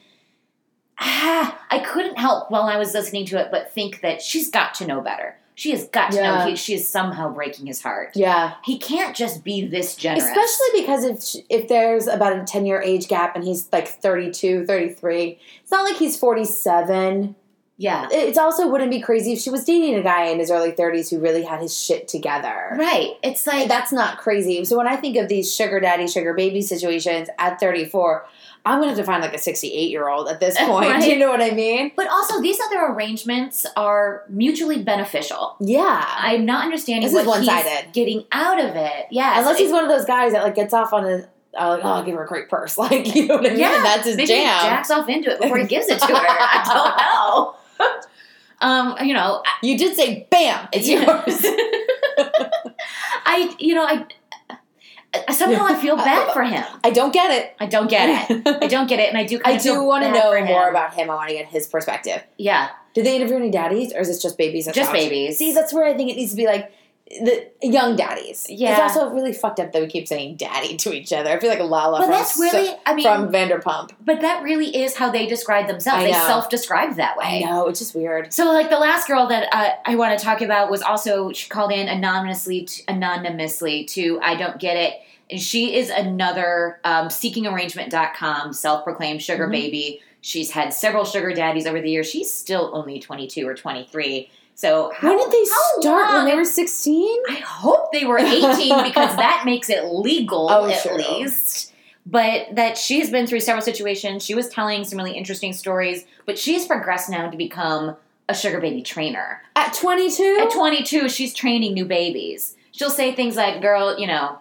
Speaker 2: ah, I couldn't help while I was listening to it but think that she's got to know better. She has got to know
Speaker 1: Yeah.
Speaker 2: he, she is somehow breaking his heart.
Speaker 1: Yeah,
Speaker 2: He can't just be this generous.
Speaker 1: especially because if sh- if there's about a 10 year age gap and he's like 32, 33, it's not like he's 47.
Speaker 2: yeah.
Speaker 1: It it's also wouldn't be crazy if she was dating a guy in his early 30s who really had his shit together.
Speaker 2: Right. It's like
Speaker 1: That's not crazy. So when I think of these sugar daddy, sugar baby situations at 34, I'm going to have to find like a 68 year old at this point.
Speaker 2: Right.
Speaker 1: You know what I mean?
Speaker 2: but also these other arrangements are mutually beneficial.
Speaker 1: Yeah.
Speaker 2: I'm not understanding
Speaker 1: This is
Speaker 2: what
Speaker 1: one-sided.
Speaker 2: he's getting out of it. Yeah.
Speaker 1: Unless
Speaker 2: it's-
Speaker 1: he's one of those guys that like gets off on his, uh, like, oh, I'll give her a great purse. Like, you know what I mean?
Speaker 2: Yeah,
Speaker 1: And that's his
Speaker 2: Maybe
Speaker 1: jam.
Speaker 2: he jacks off into it before he gives it to her. I don't know. um, you know, I-
Speaker 1: You did say, bam, it's yours.
Speaker 2: I, you know, I, I somehow I feel bad for him.
Speaker 1: I don't get it.
Speaker 2: I don't get it. I don't get it, and I do. Kind
Speaker 1: I
Speaker 2: of
Speaker 1: do want to know more
Speaker 2: him.
Speaker 1: about him. I want to get his perspective.
Speaker 2: Yeah,
Speaker 1: Did they interview any daddies, or is this just babies? that's
Speaker 2: just
Speaker 1: out?
Speaker 2: babies.
Speaker 1: See, that's where I think it needs to be like the young daddies.
Speaker 2: Yeah.
Speaker 1: It's also really fucked up that we keep saying daddy to each other. I feel like Lala
Speaker 2: but
Speaker 1: from,
Speaker 2: that's
Speaker 1: so-
Speaker 2: really, I mean,
Speaker 1: from Vanderpump.
Speaker 2: but that really is how they describe themselves.
Speaker 1: I
Speaker 2: They
Speaker 1: know.
Speaker 2: self-describe that way.
Speaker 1: I know, it's just weird.
Speaker 2: So, like the last girl that uh, I want to talk about was also she called in anonymously, t- anonymously to I don't get it, and she is another um, seekingarrangement.com self-proclaimed sugar
Speaker 1: Mhm.
Speaker 2: baby. She's had several sugar daddies over the years. She's still only twenty-two or twenty-three. So how,
Speaker 1: when did they
Speaker 2: how
Speaker 1: start?
Speaker 2: long-
Speaker 1: When they were 16?
Speaker 2: I hope they were eighteen because that makes it legal
Speaker 1: Oh,
Speaker 2: at
Speaker 1: sure.
Speaker 2: least. But that she's been through several situations. She was telling some really interesting stories, but she's progressed now to become a sugar baby trainer.
Speaker 1: At 22?
Speaker 2: At 22, she's training new babies. She'll say things like, "Girl, you know,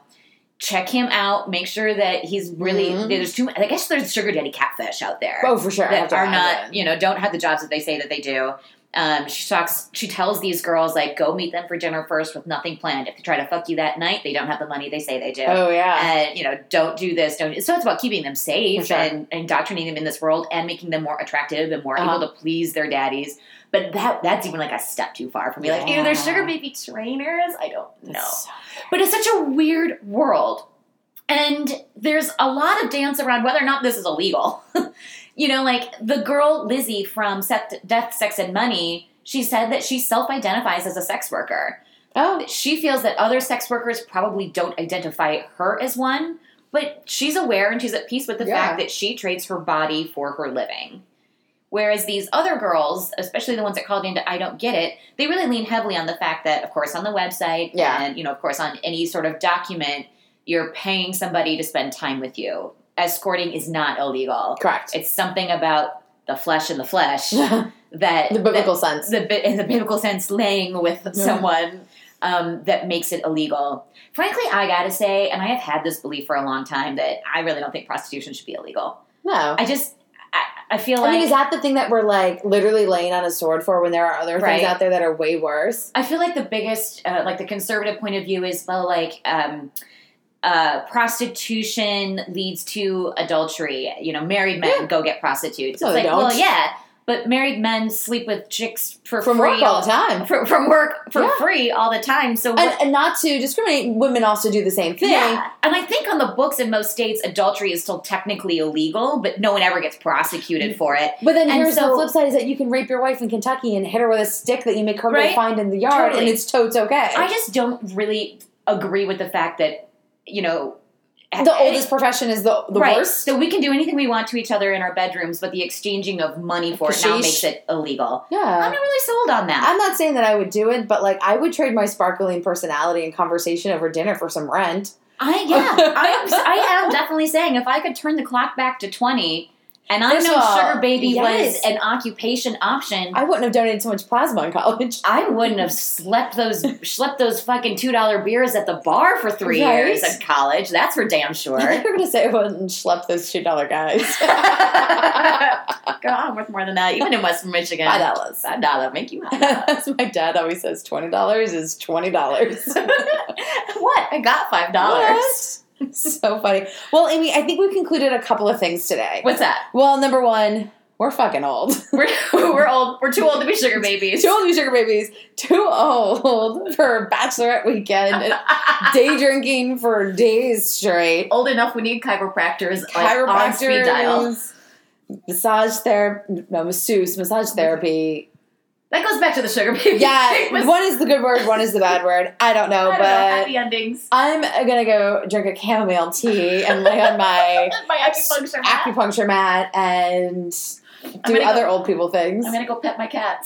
Speaker 2: check him out. Make sure that he's really
Speaker 1: Mhm.
Speaker 2: there's too. I guess there's sugar daddy catfish out there
Speaker 1: oh, for sure. I have
Speaker 2: that
Speaker 1: to
Speaker 2: are
Speaker 1: imagine.
Speaker 2: not, you know, don't have the jobs that they say that they do." Um, she talks. She tells these girls like, "Go meet them for dinner first with nothing planned. If they try to fuck you that night, they don't have the money they say they do."
Speaker 1: Oh, yeah.
Speaker 2: And you know, don't do this. Don't. So it's about keeping them
Speaker 1: For
Speaker 2: safe
Speaker 1: sure.
Speaker 2: and and indoctrinating them in this world and making them more attractive and more
Speaker 1: Uh-huh.
Speaker 2: able to please their daddies. But that that's even like a step too far for me. Like, ew,
Speaker 1: Yeah.
Speaker 2: they're sugar baby trainers. I don't know.
Speaker 1: That's so-
Speaker 2: But it's such a weird world. And there's a lot of dance around whether or not this is illegal. you know, like the girl Lizzie from Seth, Death, Sex, and Money, she said that she self identifies as a sex worker.
Speaker 1: Oh,
Speaker 2: She feels that other sex workers probably don't identify her as one, but she's aware and she's at peace with the
Speaker 1: Yeah.
Speaker 2: fact that she trades her body for her living. Whereas these other girls, especially the ones that called into I Don't Get It, they really lean heavily on the fact that, of course, on the website
Speaker 1: Yeah.
Speaker 2: and, you know, of course, on any sort of document, you're paying somebody to spend time with you. Escorting is not illegal.
Speaker 1: correct.
Speaker 2: It's something about the flesh and the flesh
Speaker 1: the
Speaker 2: that
Speaker 1: biblical sense.
Speaker 2: the bi- in the biblical sense laying with someone um, that makes it illegal. Frankly, I gotta say, and I have had this belief for a long time that I really don't think prostitution should be illegal.
Speaker 1: No.
Speaker 2: I just I, I feel
Speaker 1: I
Speaker 2: like
Speaker 1: mean, is that the thing that we're like literally laying on a sword for when there are other
Speaker 2: Right.
Speaker 1: things out there that are way worse?
Speaker 2: I feel like the biggest uh, like the conservative point of view is well like. Um, uh, prostitution leads to adultery. You know, married men
Speaker 1: Yeah.
Speaker 2: go get prostitutes.
Speaker 1: No,
Speaker 2: it's
Speaker 1: they
Speaker 2: like, well,
Speaker 1: don't.
Speaker 2: yeah, But married men sleep with chicks for
Speaker 1: From
Speaker 2: free
Speaker 1: work all the time.
Speaker 2: for, from work for
Speaker 1: Yeah.
Speaker 2: free all the time. So
Speaker 1: And, and not to discriminate, women also do the same thing.
Speaker 2: Yeah. And I think on the books in most states, adultery is still technically illegal, but no one ever gets
Speaker 1: Mm.
Speaker 2: prosecuted for it.
Speaker 1: But then
Speaker 2: And
Speaker 1: here's
Speaker 2: so-
Speaker 1: the flip side is that you can rape your wife in Kentucky and hit her with a stick that you may currently
Speaker 2: Right?
Speaker 1: find in the yard,
Speaker 2: Totally.
Speaker 1: and it's totes okay.
Speaker 2: I just don't really agree with the fact that, you know,
Speaker 1: the oldest profession is the, the
Speaker 2: right.
Speaker 1: worst.
Speaker 2: So we can do anything we want to each other in our bedrooms, but the exchanging of money for it now
Speaker 1: Sheesh.
Speaker 2: makes it illegal. I'm
Speaker 1: yeah.
Speaker 2: not really sold on that.
Speaker 1: I'm not saying that I would do it, but like I would trade my sparkling personality and conversation over dinner for some rent.
Speaker 2: I yeah, I, I am definitely saying if I could turn the clock back to 20 and I
Speaker 1: First
Speaker 2: knew
Speaker 1: of all,
Speaker 2: sugar baby
Speaker 1: yes.
Speaker 2: was an occupation option,
Speaker 1: I wouldn't have donated so much plasma in college.
Speaker 2: I wouldn't have slept those slept those fucking two dollar beers at the bar for three
Speaker 1: Right?
Speaker 2: years at college. That's for damn sure.
Speaker 1: I think
Speaker 2: God,
Speaker 1: you're gonna say I wouldn't schlep those two dollar guys.
Speaker 2: I'm worth more than that, even in Western Michigan.
Speaker 1: Five dollars.
Speaker 2: Five dollar make you mad.
Speaker 1: As my dad always says, twenty dollars is twenty dollars.
Speaker 2: what? I got five dollars.
Speaker 1: so funny. Well, Amy, I think we concluded a couple of things today.
Speaker 2: What's that?
Speaker 1: Well, number one, we're fucking old.
Speaker 2: We're, we're old. We're too old to be sugar babies.
Speaker 1: too old to be sugar babies. Too old for bachelorette weekend. Day drinking for days straight.
Speaker 2: old enough. We need chiropractors. Like, on speed dial.
Speaker 1: Chiropractors, Massage therapy, no, masseuse, massage therapy.
Speaker 2: That goes back to the sugar baby.
Speaker 1: Yeah,
Speaker 2: thing with
Speaker 1: one is the good word, one is the bad word. I don't know,
Speaker 2: I don't know,
Speaker 1: but
Speaker 2: happy endings.
Speaker 1: I'm gonna go drink a chamomile tea and lay on my
Speaker 2: My acupuncture. mat.
Speaker 1: acupuncture mat and do
Speaker 2: gonna go-
Speaker 1: other old people things.
Speaker 2: I'm gonna go pet my cats.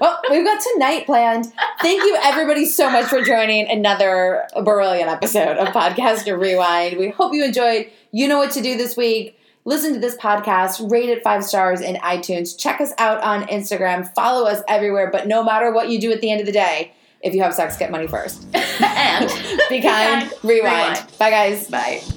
Speaker 1: well, we've got tonight planned. Thank you, everybody, so much for joining another Beryllian episode of Podcast Rewind. We hope you enjoyed. You know what to do this week. Listen to this podcast, rate it five stars in iTunes. Check us out on Instagram. Follow us everywhere. But no matter what you do at the end of the day, if you have sex, get money first.
Speaker 2: and
Speaker 1: Be kind,
Speaker 2: kind,
Speaker 1: rewind.
Speaker 2: rewind.
Speaker 1: Bye, guys.
Speaker 2: bye.